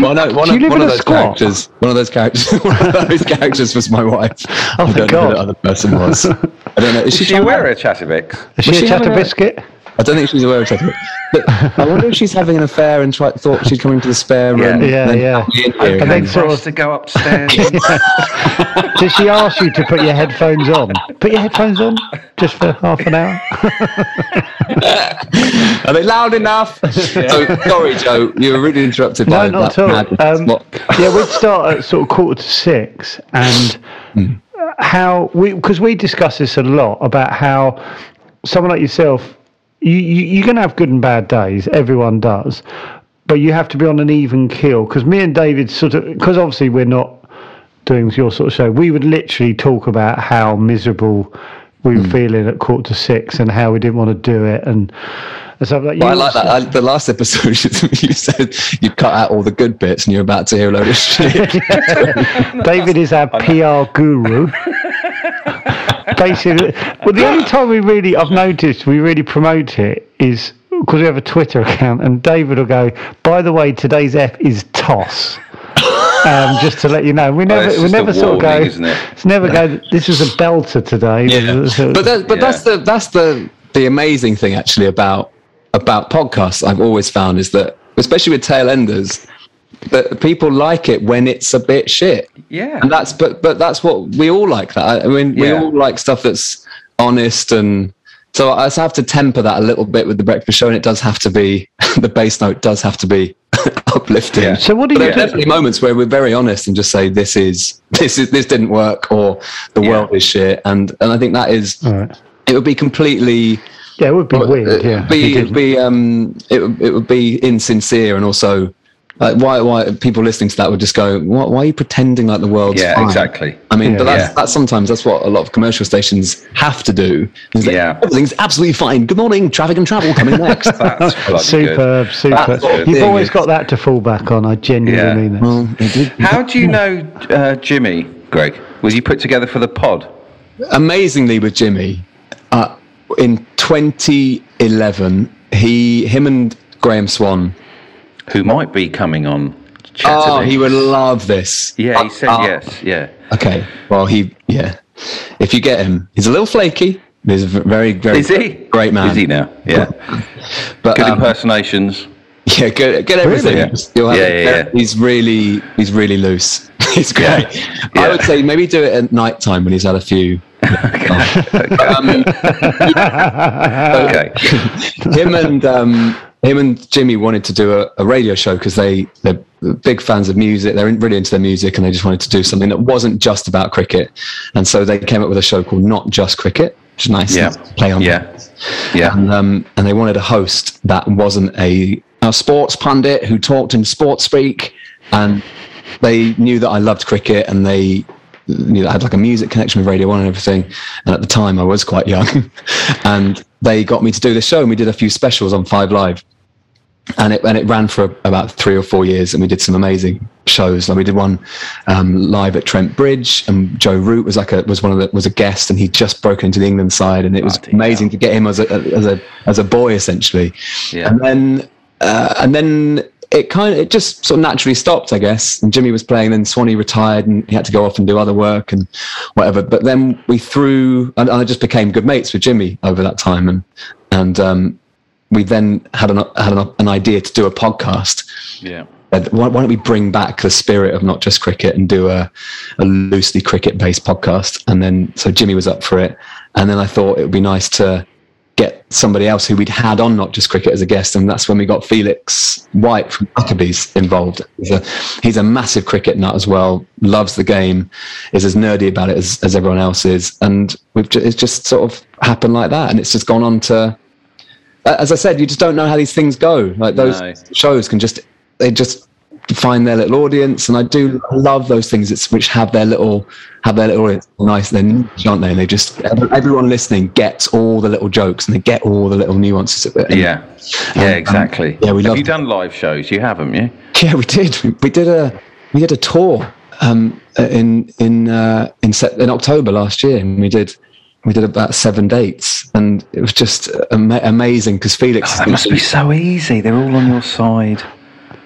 Well, no, one
do you
of,
live
one
in
of
a
those
squat?
characters. One of those characters. One of those characters was my wife.
Oh,
I
my
don't know who
God.
the other person was. I don't know. Is she,
Did you wear a Chatterbix?
Is she a
Was she having
chatter
a-
biscuit?
I don't think she's aware of it. But I wonder if she's having an affair and try, thought she'd come into the spare
Yeah.
room.
Yeah,
and
yeah.
be in here
And then
again.
For
sort
us to
of,
go upstairs.
did she ask you to put your headphones on? Put your headphones on just for half an hour.
Are they loud enough? So, sorry, Joe. You were really interrupted by
No, not at
that.
all.
madness.
Um,
What-
yeah, we'd start at sort of quarter to six, and how we because we discuss this a lot about how someone like yourself, you, you you're going to have good and bad days. Everyone does, but you have to be on an even keel. Because me and David sort of because obviously we're not doing your sort of show, we would literally talk about how miserable. We were feeling at quarter to six, and how we didn't want to do it, and, and stuff like.
Well, I
you
like that. I, the last episode, you said you cut out all the good bits and you're about to hear a load of shit.
David is our PR guru. Basically, well, the only time we really, I've noticed, we really promote it is because we have a Twitter account, and David will go, "By the way, today's F is toss." Um, just to let you know, we never,
Oh, it's
we
just a
never sort of go.
warning, isn't it?
It's never go. This is a belter today.
yeah. but that, but
Yeah.
that's the that's the the amazing thing actually about about podcasts I've always found is that especially with tail enders that people like it when it's a bit shit
Yeah.
and that's but but that's what we all like that I mean we
Yeah.
all like stuff that's honest and so I just have to temper that a little bit with the breakfast show and it does have to be the bass note does have to be uplifting
Yeah.
so what do
but
you
there are
do?
definitely moments where we're very honest and just say this is this is this didn't work or the
Yeah.
world is shit and and I think that is
All right.
it would be completely
Yeah, it would
uh,
be weird.
it would
Yeah, if you
be it'd
didn't.
be um it would- it would be insincere and also like why why people listening to that would just go why, why are you pretending like the world's
Yeah,
fine?"
exactly.
I mean,
Yeah.
but that's,
Yeah.
that's sometimes that's what a lot of commercial stations have to do. is that
Yeah.
everything's absolutely fine. Good morning, traffic and travel coming next.
That's bloody good.
superb, superb.
That's good.
You've always
Yeah.
got that to fall back on. I
Yeah.
genuinely mean that.
How do you know uh, Jimmy, Greg? Was you put together for the pod?
amazingly with Jimmy, uh, in 2011, he, him and Graham Swan.
Who might be coming on?
Oh,
Chatterbix?
he would love this.
Yeah, he
Uh,
said
uh,
yes. Yeah.
Okay. Well, he, yeah. If you get him, he's a little flaky. but He's a v- very, very
Is he?
great man.
Is he now? Yeah.
But
Good
um,
impersonations.
yeah, good, good everything.
Yeah.
You'll have
Yeah,
it.
yeah, yeah.
He's really, he's really loose. he's great.
Yeah.
I would say maybe do it at night time when he's had a few. um, uh,
Okay.
him and um, him and Jimmy wanted to do a, a radio show because they they're big fans of music. They're in- really into their music, and they just wanted to do something that wasn't just about cricket. And so they came up with a show called Not Just Cricket, which is nice.
Yeah.
nice play on
Yeah. Yeah.
and, um, and they wanted a host that wasn't a, a sports pundit who talked in sports speak. And they knew that I loved cricket and they knew that I had like a music connection with Radio 1 and everything. And at the time, I was quite young. and they got me to do this show and we did a few specials on Five Live. and it and it ran for about three or four years, and we did some amazing shows. Like we did one um, live at Trent Bridge, and Joe Root was like a was one of the was a guest, and he'd just broken into the England side, and it was
Bloody
amazing to get him as a as a as a boy essentially.
Yeah.
And then uh, and then it kind of it just sort of naturally stopped, I guess. And Jimmy was playing, then Swanee retired, and he had to go off and do other work and whatever. But then we threw, and, and I just became good mates with Jimmy over that time, and and um, we then had an had an, an idea to do a podcast.
Yeah.
Said, uh, Why, why don't we bring back the spirit of not just cricket and do a, a loosely cricket based podcast? And then so Jimmy was up for it, and then I thought it would be nice to get somebody else who we'd had on not just cricket as a guest, and that's when we got Felix White from Huckabee's involved. He's a, he's a massive cricket nut as well, loves the game, is as nerdy about it as, as everyone else is, and we've ju- it's just sort of happened like that, and it's just gone on to as I said, you just don't know how these things go. Like those
No.
shows can just they just find their little audience, and I do love those things that's, which have their little have their little audience. Nice, they're niche, aren't they? And they just everyone listening gets all the little jokes and they get all the little nuances of it. And-
Yeah,
Um,
yeah, exactly.
yeah, we
Have
love-
you done live shows? You haven't, you?
yeah, we did. We, we did a we did a tour um, in in uh, in Sep- in October last year, and we did. We did about seven dates, and it was just ama- amazing because Felix.
That must be so easy. They're all on your side.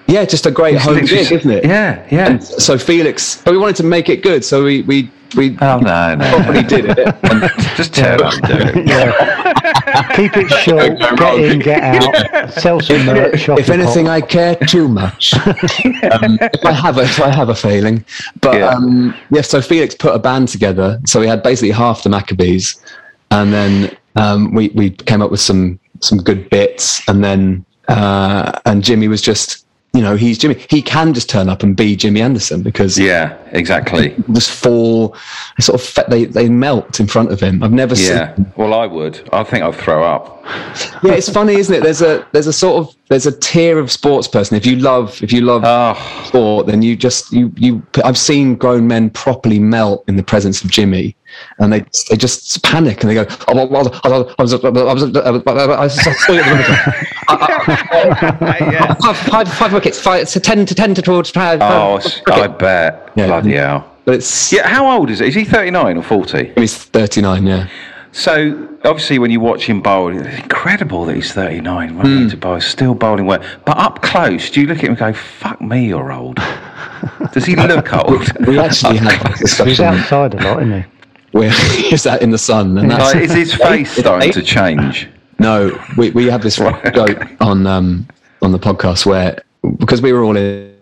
yeah, just a great home
Literally-
gig, isn't it?
Yeah, yeah.
And so Felix, but we wanted to make it good, so we we we
Oh no, no.
probably did it. And
Just turn up and do it.
Yeah. Keep it short.
Don't go
Get
wrong.
in, get out. Sell some merch. shop
if
your
anything,
pop.
I care too much. um, if I have a if I have a failing, but
Yeah.
um, yeah. So Felix put a band together, so we had basically half the Maccabees, and then um, we we came up with some some good bits, and then uh, and Jimmy was just. You know, he's Jimmy. He can just turn up and be Jimmy Anderson because
Yeah, exactly.
just fall, they sort of fe- they they melt in front of him. I've never
Yeah.
seen.
Well, I would. I think I'd throw up.
Yeah, it's funny, isn't it? There's a there's a sort of there's a tier of sports person. If you love if you love
Oh,
sport, then you just you you. I've seen grown men properly melt in the presence of Jimmy, and they they just panic and they go. "Oh, well, well, I was- I was- I was- I was- I saw you at the window."
yeah.
Five- five- five wickets, five, it's a ten to ten to twelve to five.
Oh, s- I bet.
Yeah.
Bloody hell.
but it's
Yeah, how old is it? Is he 39 or 40?
he's thirty nine. Yeah,
So, obviously, when you watch him bowl, it's incredible that he's 39. What
Hmm.
mm. to bowl, still bowling well. But up close, do you look at him and go, fuck me, you're old? Does he look old?
we actually had that
He's
discussion.
outside a lot, isn't he?
Where he's out in the sun, and that's
Like, is his face starting to change?
No, we, we have this joke on um, on the podcast where because we were all in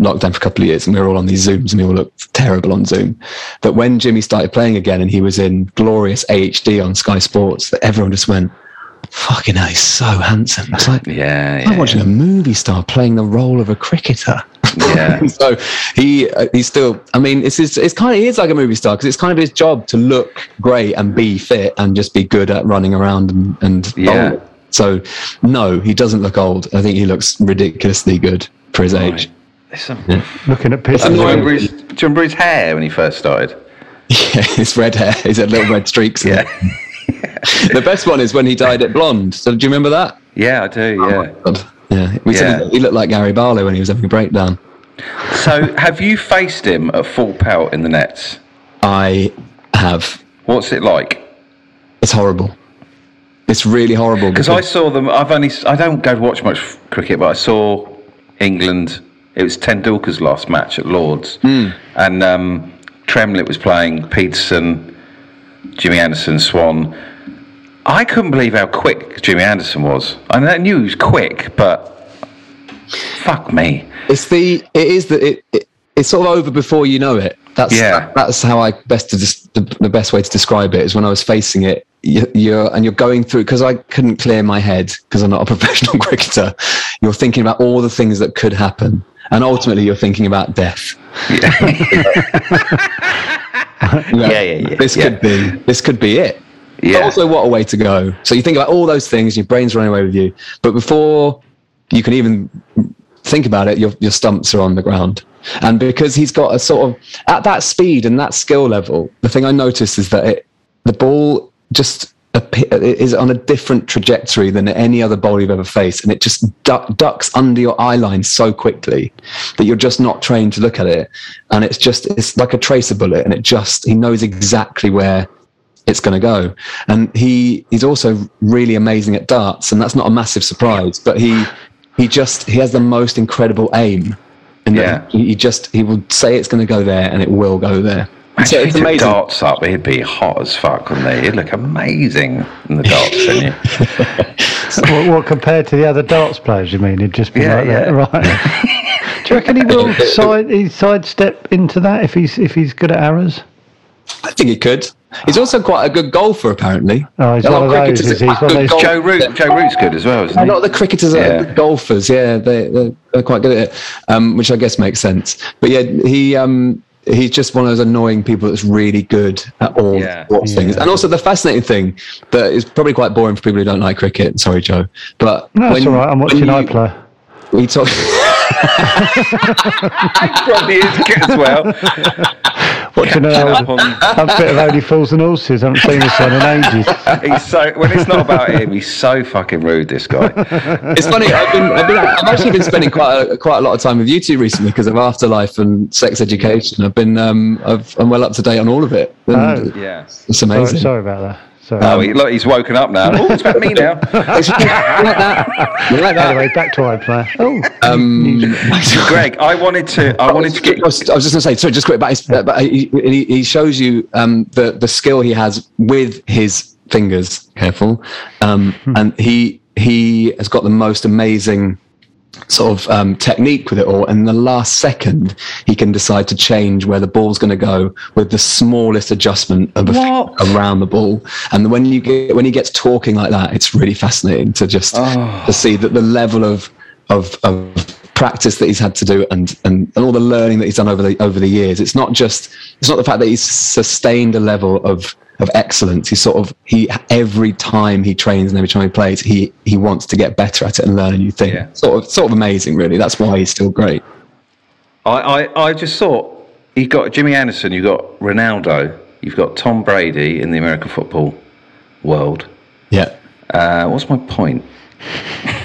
lockdown for a couple of years and we were all on these zooms and we all looked terrible on Zoom. That when Jimmy started playing again and he was in glorious AHD on Sky Sports, that everyone just went, "Fucking, hell, he's so handsome." It's like
Yeah,
I'm
yeah.
watching a movie star playing the role of a cricketer.
Yeah.
so he uh, he's still. I mean, it's his, it's kind of he is like a movie star because it's kind of his job to look great and be fit and just be good at running around and and
Yeah.
bowling. So no, he doesn't look old. I think he looks ridiculously good for his age.
Listen,
Looking at
Do
pictures.
you
annoying.
of
remember
him.
his- do you remember his hair when he first started?
Yeah, his red hair. He's had little red streaks. in it. the best one is when he dyed it blonde. So do you remember that?
Yeah, I do, yeah.
God. Yeah, we said
Yeah.
he- he looked like Gary Barlow when he was having a breakdown.
So, have you faced him at full pelt in the nets?
I have
What's it like?
It's horrible. It's really horrible.
Because I saw them. I've only. I don't go watch much cricket, but I saw England. It was Tendulkar's last match at Lords,
Hmm.
and um, Tremlett was playing Peterson, Jimmy Anderson, Swan. I couldn't believe how quick Jimmy Anderson was. I mean, I knew he was quick, but fuck me.
it's the it is the it, it it's sort of over before you know it. That's
Yeah.
that's how I best to des- the, the best way to describe it is when I was facing it. You, you're and you're going through because I couldn't clear my head because I'm not a professional cricketer. You're thinking about all the things that could happen, and ultimately you're thinking about death.
Yeah, yeah, yeah,
This could be this could be it. But
Yeah,
also, what a way to go. So you think about all those things, your brain's running away with you. But before you can even think about it, your, your stumps are on the ground. And because he's got a sort of, at that speed and that skill level, the thing I noticed is that it, the ball just appe- is on a different trajectory than any other bowl you've ever faced, and it just duck, ducks under your eye line so quickly that you're just not trained to look at it, and it's just it's like a tracer bullet, and it just he knows exactly where it's going to go, and he he's also really amazing at darts, and that's not a massive surprise, but he he just he has the most incredible aim. And
Yeah.
he he just he will say it's going to go there, and it will go there. So
Actually,
it's
if you
amazing.
darts up, he'd be hot as fuck, wouldn't he? He'd look amazing in the darts, wouldn't he?
Well, well, compared to the other darts players, you mean? He'd just be
Yeah,
like
yeah.
that, right? Do you reckon he will side he sidestep into that if he's if he's good at arrows?
I think he could. He's also quite a good golfer, apparently.
Oh, he's
A lot
one of
cricketers
those, is
are
he? He's one of those-
quite good
Joe
golfers.
Root, Joe Root's good as well,
A
isn't
lot
he?
of the cricketers are
Yeah.
good golfers, yeah. They, they're, they're quite good at it, um, which I guess makes sense. But yeah, he um, he's just one of those annoying people that's really good at all
Yeah.
sports things. And also the fascinating thing that is probably quite boring for people who don't like cricket. Sorry, Joe. But
No, it's all right. I'm
when
watching
you-
iPlayer.
We talk.
Probably is good as well.
Watching an
Catching
old,
up on-
a bit of Only Fools and Horses. I haven't seen this one in ages.
He's so when it's not about him, he's so fucking rude. This guy.
It's funny. I've been, I've been, I've actually been spending quite a, quite a lot of time with you two recently because of afterlife and sex education. I've been, um, I've, I'm well up to date on all of it. And
Oh.
Yeah.
It's
Sorry,
amazing.
sorry about that. Sorry.
Oh, he, look, he's woken up now. Oh, it's about me now.
It's- you like that? You like that?
anyway, back to iPlayer. Oh,
Um,
Greg, I wanted to. I wanted to get.
I was, I was just going to say, sorry, just quick, but, it's- but he, he he shows you um, the the skill he has with his fingers. Careful, um, and he he has got the most amazing sort of um, technique with it all. And in the last second, he can decide to change where the ball's going to go with the smallest adjustment of a
What?
around the ball. And when you get when he gets talking like that, it's really fascinating to just
Oh.
to see that the level of of of practice that he's had to do and, and and all the learning that he's done over the over the years. It's not just it's not the fact that he's sustained a level of of excellence. He sort of he every time he trains and every time he plays, he he wants to get better at it and learn a new thing.
Yeah.
Sort of sort of amazing, really. That's why he's still great.
I, I, I just thought you got Jimmy Anderson, you've got Ronaldo, you've got Tom Brady in the American football world.
Yeah.
Uh, what's my point?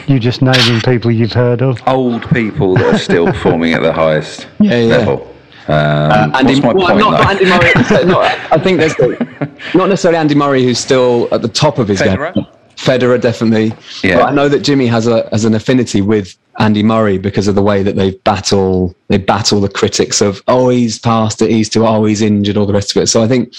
you just naming people you've heard of.
Old people that are still performing at the highest
Yeah, yeah. Uh,
level. Um,
Andy,
what's my
well,
point?
not, not
though?
Andy Murray. no, I think there's not necessarily Andy Murray who's still at the top of his game.
Federer?
Federer definitely.
Yeah.
But I know that Jimmy has a has an affinity with Andy Murray because of the way that they battle they battle the critics of oh he's past it he's too oh he's injured all the rest of it. So I think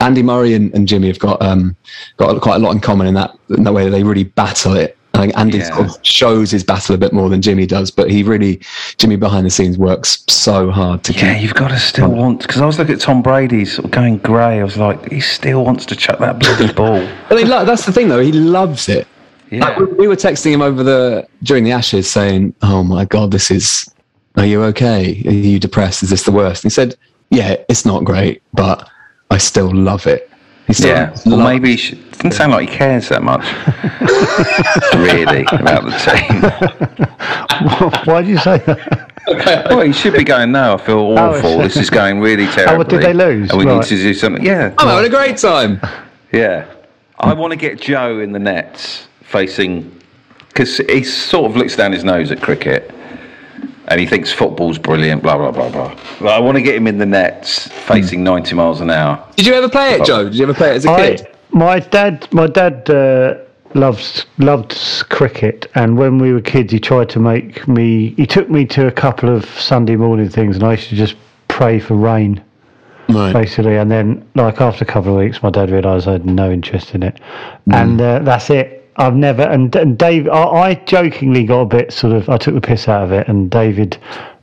Andy Murray and, and Jimmy have got um got quite a lot in common in that in the way that they really battle it. I think Andy
Yeah.
sort of shows his battle a bit more than Jimmy does, but he really Jimmy behind the scenes works so hard to
Yeah,
keep
you've got to still want because I was looking at Tom Brady's sort of going grey. I was like, he still wants to chuck that bloody ball.
I mean, look, that's the thing, though. He loves it. Like,
Yeah.
we, we were texting him over the during the ashes, saying, "Oh my God, this is. Are you okay? Are you depressed? Is this the worst?" He said, "Yeah, it's not great, but I still love it." He still
Yeah,
loves-
well, maybe he should, doesn't sound like he cares that much, really, about the
Why do you say that?
team. Well, he should be going. No, I
Oh,
feel awful.
it's-
this is going really terribly.
well, Oh, did they lose?
And we
Right.
need to do something. Yeah,
I'm having a great time.
yeah. I want to get Joe in the nets facing, because he sort of looks down his nose at cricket, and he thinks football's brilliant. Blah blah blah blah. But I want to get him in the nets
Hmm.
facing ninety miles an hour.
Did you ever play it, Joe? Did you ever play it as a
I,
kid?
my dad, my dad uh, loves loved cricket, and when we were kids, he tried to make me. He took me to a couple of Sunday morning things, and I used to just pray for rain. basically. And then, like after a couple of weeks, my dad realised I had no interest in it,
Hmm.
and uh, that's it. I've never and, and Dave, I, I jokingly got a bit sort of I took the piss out of it, and David,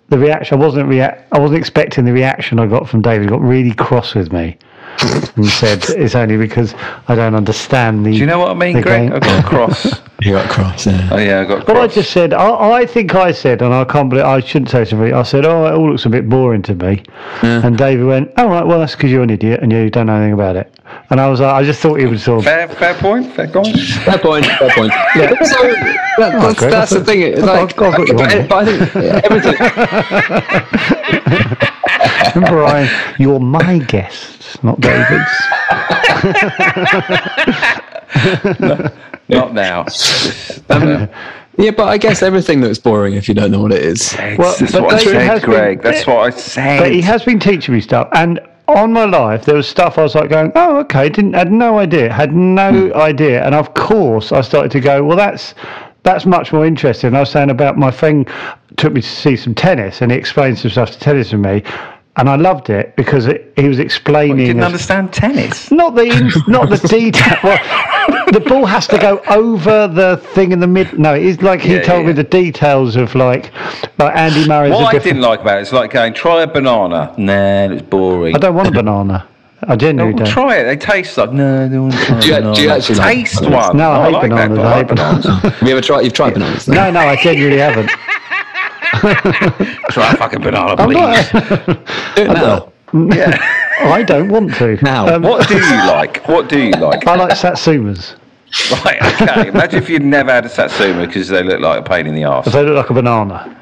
the reaction I wasn't react I wasn't expecting the reaction I got from David got really cross with me. and said it's only because I don't understand the.
Do you know what I mean,
the
Greg?
game."
I got cross.
You got cross, yeah.
Oh yeah, I got
Well, I
cross.
just said, I, I think I said, and I can't believe I shouldn't say something. I said, oh, it all looks a bit boring to me. And David went, all right, well, that's because you're an idiot and you don't know anything about it. And I was like, I just thought he was sort of.
Fair, fair point. Fair comment.
Fair point. Fair point. But so, that- that's,
Oh, great.
that's the
That's
thing.
it.
It's
I've
like,
got- I've got you on
but,
there.
but I think everything.
Brian, you're my guest, not David's.
Not now.
Yeah, but I guess everything looks boring if you don't know what it is.
Well,
that's
but
what I
David
said,
has been-
Greg. that's what I said.
But he has been teaching me stuff, and on my life there was stuff I was like going, "Oh, okay," didn't had no idea, had no
Hmm.
idea, and of course I started to go, "Well, that's that's much more interesting." And I was saying about my friend took me to see some tennis, and he explained some stuff to tennis to me, and I loved it because it, he was explaining.
didn't
as-
understand tennis.
not the in- not the detail. Well, the ball has to go over the thing in the mid. No, it's like he
Yeah,
told
yeah,
me
yeah.
the details of like like Andy Murray's. a
What I
different-
didn't like about it is like going try a banana. Nah, it's boring.
I don't want a banana. I
No,
Oh,
genuinely don't.
try it. They taste like no. They won't try
Do you-
banana.
do you actually like
taste
bananas?
one?
No, I
Oh,
hate
like that,
bananas.
but
I hate bananas.
Have you ever tried? You've tried bananas?
No, no, I genuinely haven't.
Try a fucking banana,
I'm
please.
not.
Do it now.
I don't want to. Um,
Now.
What do you like? What do you like?
I like satsumas.
Right, okay. Imagine if you'd never had a satsuma because they look like a pain in the arse.
They look like a banana.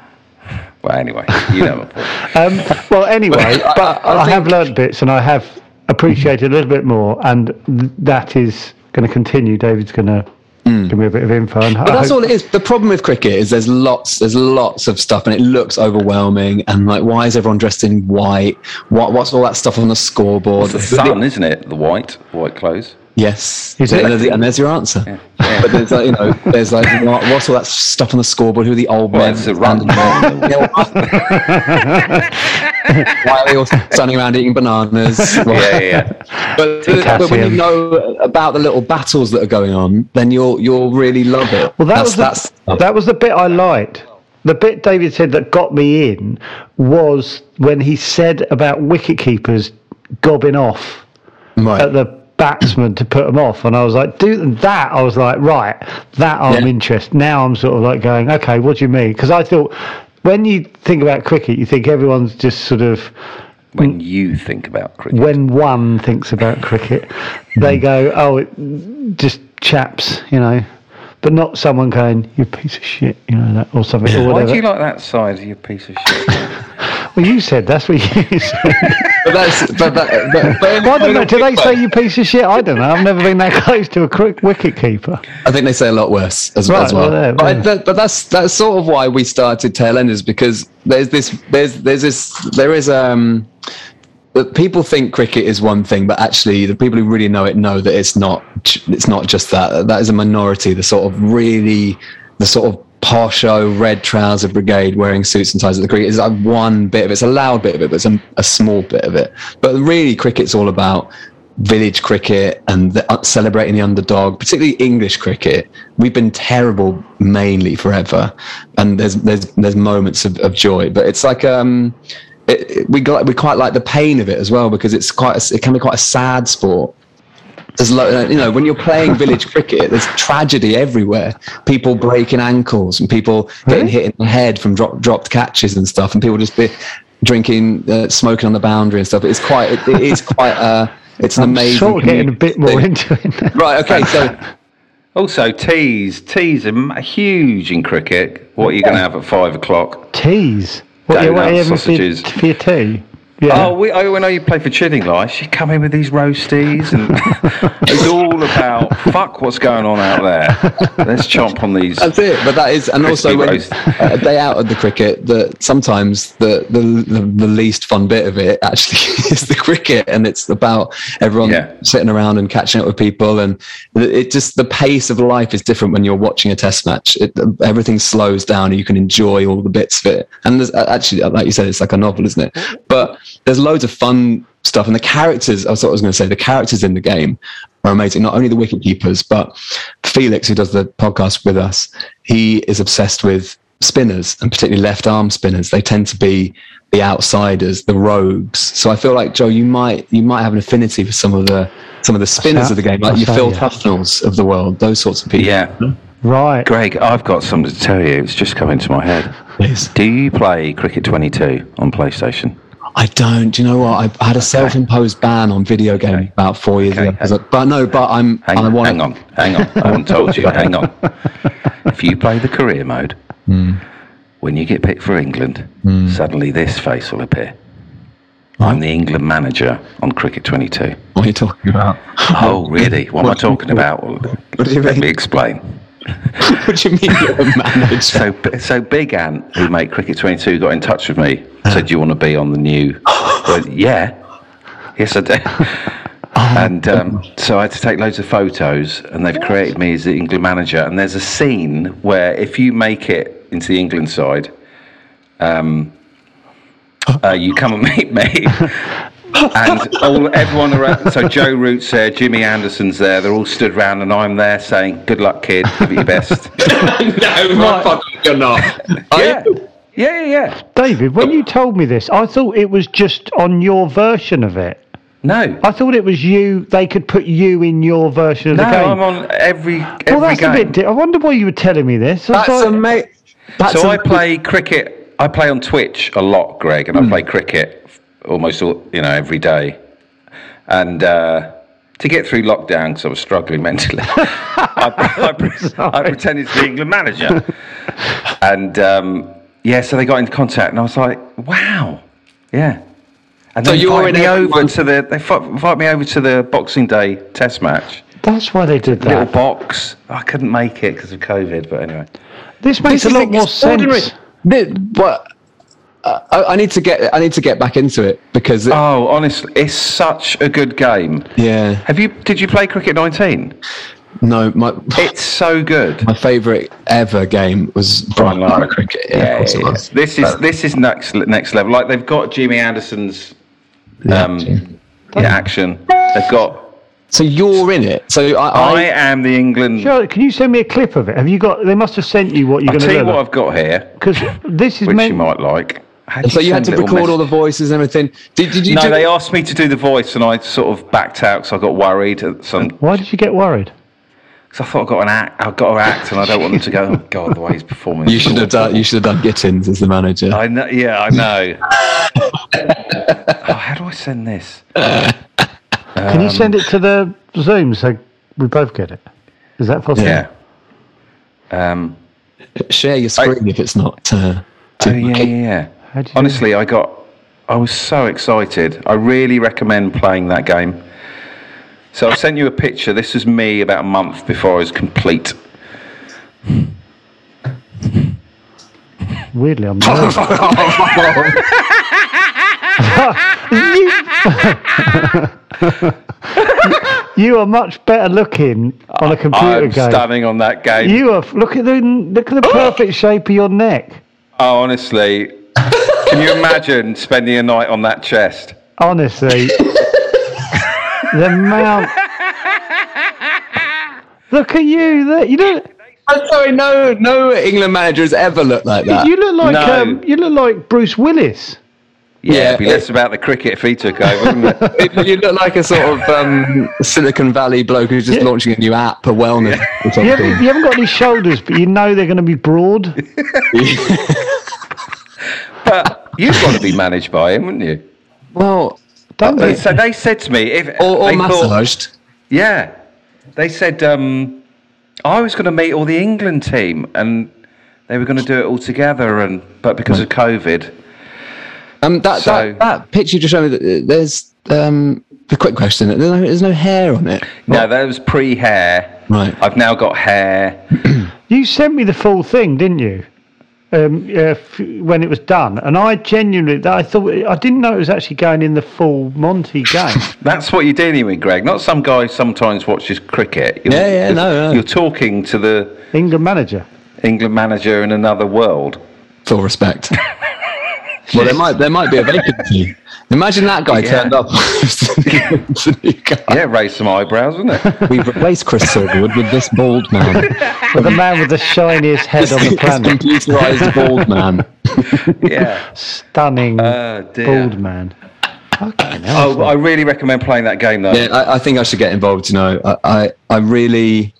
Well, anyway, you know my point.
Um, well, anyway,
I-
but I,
I- I
have
think-
learned bits and I have appreciated a little bit more, and th- that is going to continue. David's going to give me a bit of info. And
Hmm. But that's all it is. The problem with cricket is there's lots, there's lots of stuff, and it looks overwhelming. And like, why is everyone dressed in white? What, what's all that stuff on the scoreboard?
It's the sun, isn't it? The white, white clothes.
Yes,
Is it?
and, there's, and there's your answer. But there's like, you know, there's like, what- what's all that stuff on the scoreboard? Who are the old
Well,
men?
it's a random
standing there? Yeah, what- Why are they all standing around eating bananas? Well,
Yeah, yeah. yeah.
But, but when
Potassium.
you know about the little battles that are going on, then you'll you'll really love it.
Well, that was the,
that's, that's
that was the bit I liked. The bit David said that got me in was when he said about wicket keepers gobbing off
right.
at the batsman to put them off, and I was like, "Do that." I was like, "Right, that I'm
Yeah.
interested." Now I'm sort of like going, "Okay, what do you mean?" Because I thought when you think about cricket, you think everyone's just sort of
When you think about cricket,
when one thinks about cricket,
Mm.
they go, "Oh, it, just chaps," you know, but not someone going, "You piece of shit," you know, that, or something, or
why
whatever.
do you like that size of your piece of shit?
well, you said that's what you said.
but that's but that, but, but
I don't know.
but-
Do they say you piece of shit? I don't know. I've never been that close to a cricket wicket keeper.
I think they say a lot worse as,
Right,
as well.
well, there-
but, I-
there.
that, but that's that's sort of why we started Tail Enders because there's this there's there's this there is um that people think cricket is one thing, but actually the people who really know it know that it's not it's not just that. That is a minority. The sort of really the sort of Parsho red trouser brigade wearing suits and ties at the cricket is like one bit of it. It's a loud bit of it, but it's a, a small bit of it. But really, cricket's all about village cricket and the, uh, celebrating the underdog, particularly English cricket. We've been terrible mainly forever, and there's there's there's moments of, of joy, but it's like um, it, it- we got we quite like the pain of it as well because it's quite a s it can be quite a sad sport. There's lo- uh, you know when you're playing village cricket, there's tragedy everywhere. People breaking ankles and people getting hit in the head from drop, dropped catches and stuff, and people just be drinking, uh, smoking on the boundary and stuff. It's quite it, it is quite uh, it's an amazing.
Sort of getting a bit more
community
into it. now.
thing. Right. Okay. So
Also, teas. Teas are ma- huge in cricket. What are you going to have at five o'clock?
teas. What, yeah, what
Donuts,
are you having for your,
sausages.
for your tea? Yeah.
Oh, we, I, when I you play for Chidding Life, you come in with these roasties, and it's all about fuck what's going on out there. Let's chomp on these.
That's it. But that is, and also
Crispy
when,
roast.
a day out of the cricket, that sometimes the, the the the least fun bit of it actually is the cricket, and it's about everyone
Yeah.
sitting around and catching up with people, and it just the pace of life is different when you're watching a test match. It, everything slows down, and you can enjoy all the bits of it. And there's, actually, like you said, it's like a novel, isn't it? But there's loads of fun stuff, and the characters. I was, I was going to say the characters in the game are amazing. Not only the wicket keepers, but Felix, who does the podcast with us, he is obsessed with spinners and particularly left arm spinners. They tend to be the outsiders, the rogues. So I feel like Joe, you might you might have an affinity for some of the some of the spinners of the game, like
that's how,
your Phil
yeah.
Tufnells of the world, those sorts of people.
Yeah,
Right.
Greg, I've got something to tell you. It's just come into my head.
Please.
Do you play Cricket 22 on PlayStation?
I don't. Do you know what? I, I had a self-imposed ban on video game about four years
Okay,
ago. I was like, But no, but I'm.
Hang,
I want
hang on, hang on. I haven't told you. Hang on. If you play the career mode,
Hmm.
when you get picked for England, suddenly this face will appear. I'm the England manager on Cricket 22.
What are you talking about?
Oh, really? What am I talking about? Well,
What do you
Let me
mean?
explain.
what do you mean you're a manager?
So, so Big Ant, who made Cricket 22, got in touch with me. Said, "Do you want to be on the new?" Well, yeah, yes, I do. and um, so I had to take loads of photos, and they've created me as the England manager. And there's a scene where if you make it into the England side, um, uh, you come and meet me. And all everyone around, so Joe Root's there, Jimmy Anderson's there. They're all stood round, and I'm there saying, "Good luck, kid. Give it your best."
no, fucking you're not.
yeah. Yeah, yeah, yeah.
David, when you told me this, I thought it was just on your version of it.
No.
I thought it was you. They could put you in your version of
No,
the game.
I'm on every, every
well, that's
game.
a bit. Di- I wonder why you were telling me this. I
That's
thought-
amazing. That's
so I
am-
play cricket. I play on Twitch a lot, Greg, and I play cricket f- almost all, you know every day. And uh, to get through lockdown, because I was struggling mentally, I, I, pre- I pretended to be England manager. and um, yeah, so they got in contact, and I was like, "Wow, yeah." And
So
they
you were
invite
in
me
every
over
one-
to the they fu- invite me over to the Boxing Day Test match.
That's why they did
Little
that.
box. I couldn't make it because of COVID, but anyway.
this makes
This
a
is
lot more
extraordinary.
sense.
Thi- but uh, I, I need to get I need to get back into it because it-
Oh, honestly, it's such a good game.
yeah,
Have you? Did you play Cricket 19?
no, my
It's so good.
my favourite ever game was Brian Lara cricket. Yeah, of course it was.
This is this is next next level. Like they've got Jimmy Anderson's um, yeah, action. They've got.
So you're in it. So I, I,
I am the England.
Charlotte, can you send me a clip of it? Have you got? They must have sent you what you're
I'll
going
tell
to
you
do.
what I've got here,
Because this is
which you
meant.
might like. How do
so you had to
send little
record all the
messages?
voices and everything. Did, did you
No,
do
they asked me to do the voice, and I sort of backed out because I got worried. At some,
Why did you get worried?
cause I thought I got an act. I got to act, and I don't want them to go. Oh, God, the way he's performing.
You
is
should have
awful."
done. You should have done Gittins as the manager.
I know. Yeah, I know. oh, how do I send this?
Can
Um,
you send it to the Zoom so we both get it? Is that possible?
Yeah. Um.
Share your screen if it's not. Uh,
Oh
too
yeah,
much.
yeah.
How
yeah.
do you-
Honestly, I got. I was so excited. I really recommend playing that game. So I've sent you a picture. This is me about a month before I was complete.
Weirdly, I'm. nervous. you... you are much better looking on a computer
I'm
game.
stunning on that game.
You are. Look at the look at the perfect shape of your neck.
Oh, honestly, can you imagine spending a night on that chest?
Honestly, the amount. Look at you. There. You don't.
I'm sorry. No, no England manager has ever looked like that.
You look like
Uh, No.
um, you look like Bruce Willis.
Yeah,
Yeah,
it'd be
it-
less about the cricket if he took over. wouldn't it?
you look like a sort of um, Silicon Valley bloke who's just launching a new app, a wellness. or
You
something.
haven't, you haven't got any shoulders, but you know they're going to be broad.
But you'd want to be managed by him, wouldn't you?
Well, don't
But- so they said to me, if
Or, or
they thought,
massaged.
yeah, they said um, I was going to meet all the England team and they were going to do it all together, and but because of COVID,
Um, that,
So-
that that picture you just showed me. th- There's um, the quick question. There's no, there's no hair on it.
no, that was pre-hair.
Right.
I've now got hair.
You sent me the full thing, didn't you? Um, uh, f- when it was done, and I genuinely, I thought, I didn't know it was actually going in the full Monty game.
That's what you're dealing with, Greg. Not some guy who sometimes watches cricket. You're,
Yeah, yeah, no, no.
You're talking to the
England manager.
England manager in another world.
Full respect. well, there might there might be a vacancy. Imagine that guy turned up. It's the new guy.
Yeah, raise some eyebrows, wouldn't it?
We've replaced Chris Silverwood with this bald man.
The man with the shiniest head on the
This
planet.
computerized bald man.
yeah.
Stunning
Oh dear.
bald man.
Oh, I really recommend playing that game though.
Yeah, I, I think I should get involved. You know, I, I, I really.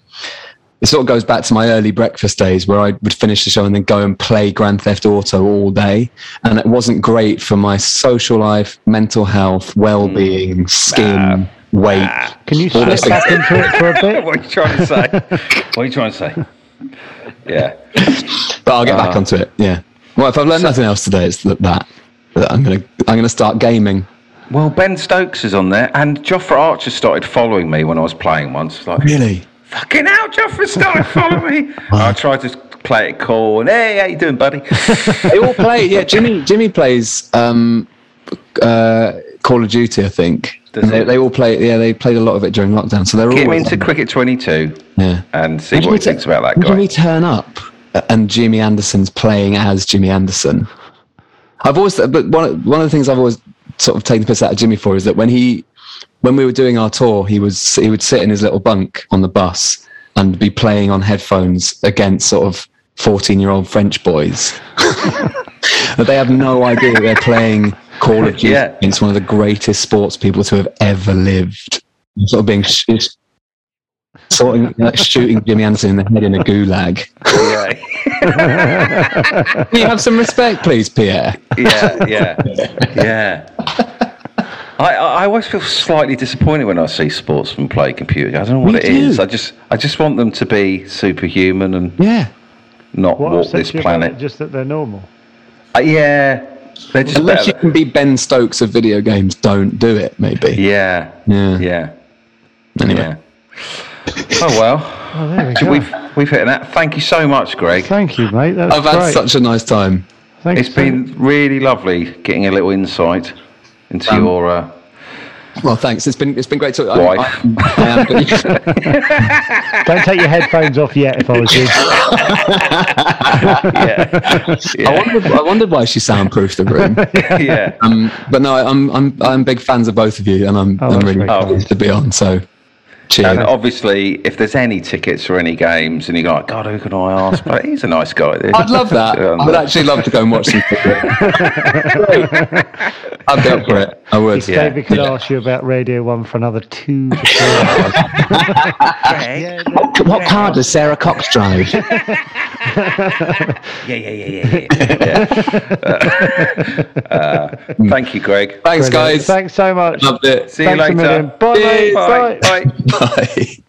It sort of goes back to my early breakfast days where I would finish the show and then go and play Grand Theft Auto all day, and it wasn't great for my social life, mental health, well-being, skin, weight.
Can you
all
slip
those things.
back into it for a bit?
What are you trying to say? what are you trying to say? Yeah.
But I'll get back onto it. Yeah. Well, if I've learned nothing else today, it's that, that that I'm gonna I'm gonna start gaming.
Well, Ben Stokes is on there, and Joffrey Archer started following me when I was playing once. Like,
Really?
Fucking hell, Joffrey started following me. I tried to play it cool and hey, how you doing, buddy?
They all play. Yeah, Jimmy. Jimmy plays um, uh, Call of Duty, I think.
Does
they,
he?
they all play. Yeah, they played a lot of it during lockdown. So they're
Get
all
him into Cricket 22
Yeah.
and see
Imagine
what he
we ta-
thinks about that
imagine we
guy.
turn up and Jimmy Anderson's playing as Jimmy Anderson. I've always, but one one of the things I've always sort of taken the piss out of Jimmy for is that when he, when we were doing our tour, he was he would sit in his little bunk on the bus and be playing on headphones against sort of fourteen year old French boys. but they have no idea that they're playing Call of Duty.
Yeah.
It's one of the greatest sports people to have ever lived. Sort of being sh- sh- sorting, like shooting Jimmy Anderson in the head in a gulag.
Yeah.
Can you have some respect, please, Pierre?
yeah, yeah, yeah. I, I I always feel slightly disappointed when I see sportsmen play computer. games. I don't know what
Me
it is.
too.
I just I just want them to be superhuman and
Yeah.
not
What
walk
upsets
this
you about
planet.
it? Just that they're normal.
Uh, yeah, they're just
Unless you
better.
can be Ben Stokes of video games, don't do it, maybe.
Yeah,
Yeah.
yeah,
Anyway.
yeah. Oh well,
Oh, there we go.
we've we've hit that. Thank you so much, Greg.
Thank you, mate. That's
I've had
great.
such a nice time.
Thank
It's
you.
been really lovely getting a little insight into
Um,
your. Uh,
Well, thanks. It's been it's been great to I-
Wife.
I, I am, but-
Don't take your headphones off yet, if I was you.
yeah,
I,
yeah,
wondered, I wondered why she soundproofed the room.
yeah.
Um, but no, I- I'm I'm I'm big fans of both of you, and I'm
Oh,
I'm
that's
really
very kind.
pleased to be on. So, cheers.
And obviously, if there's any tickets or any games, and you're like, God, who can I ask? But he's a nice guy. this.
I'd love that.
Um,
I'd actually love to go and watch some cricket. I'd be up for it. I would.
Yeah.
David could ask you about Radio One for another two. to three hours.
Greg?
What car does Sarah Cox drive?
Yeah, yeah, yeah, yeah. yeah, yeah. Uh, thank you, Greg.
Thanks, guys.
Thanks so much.
Loved it.
See you
Thanks a
later.
million. Bye, mate.
Cheers.
Bye.
Bye. Bye.
Bye.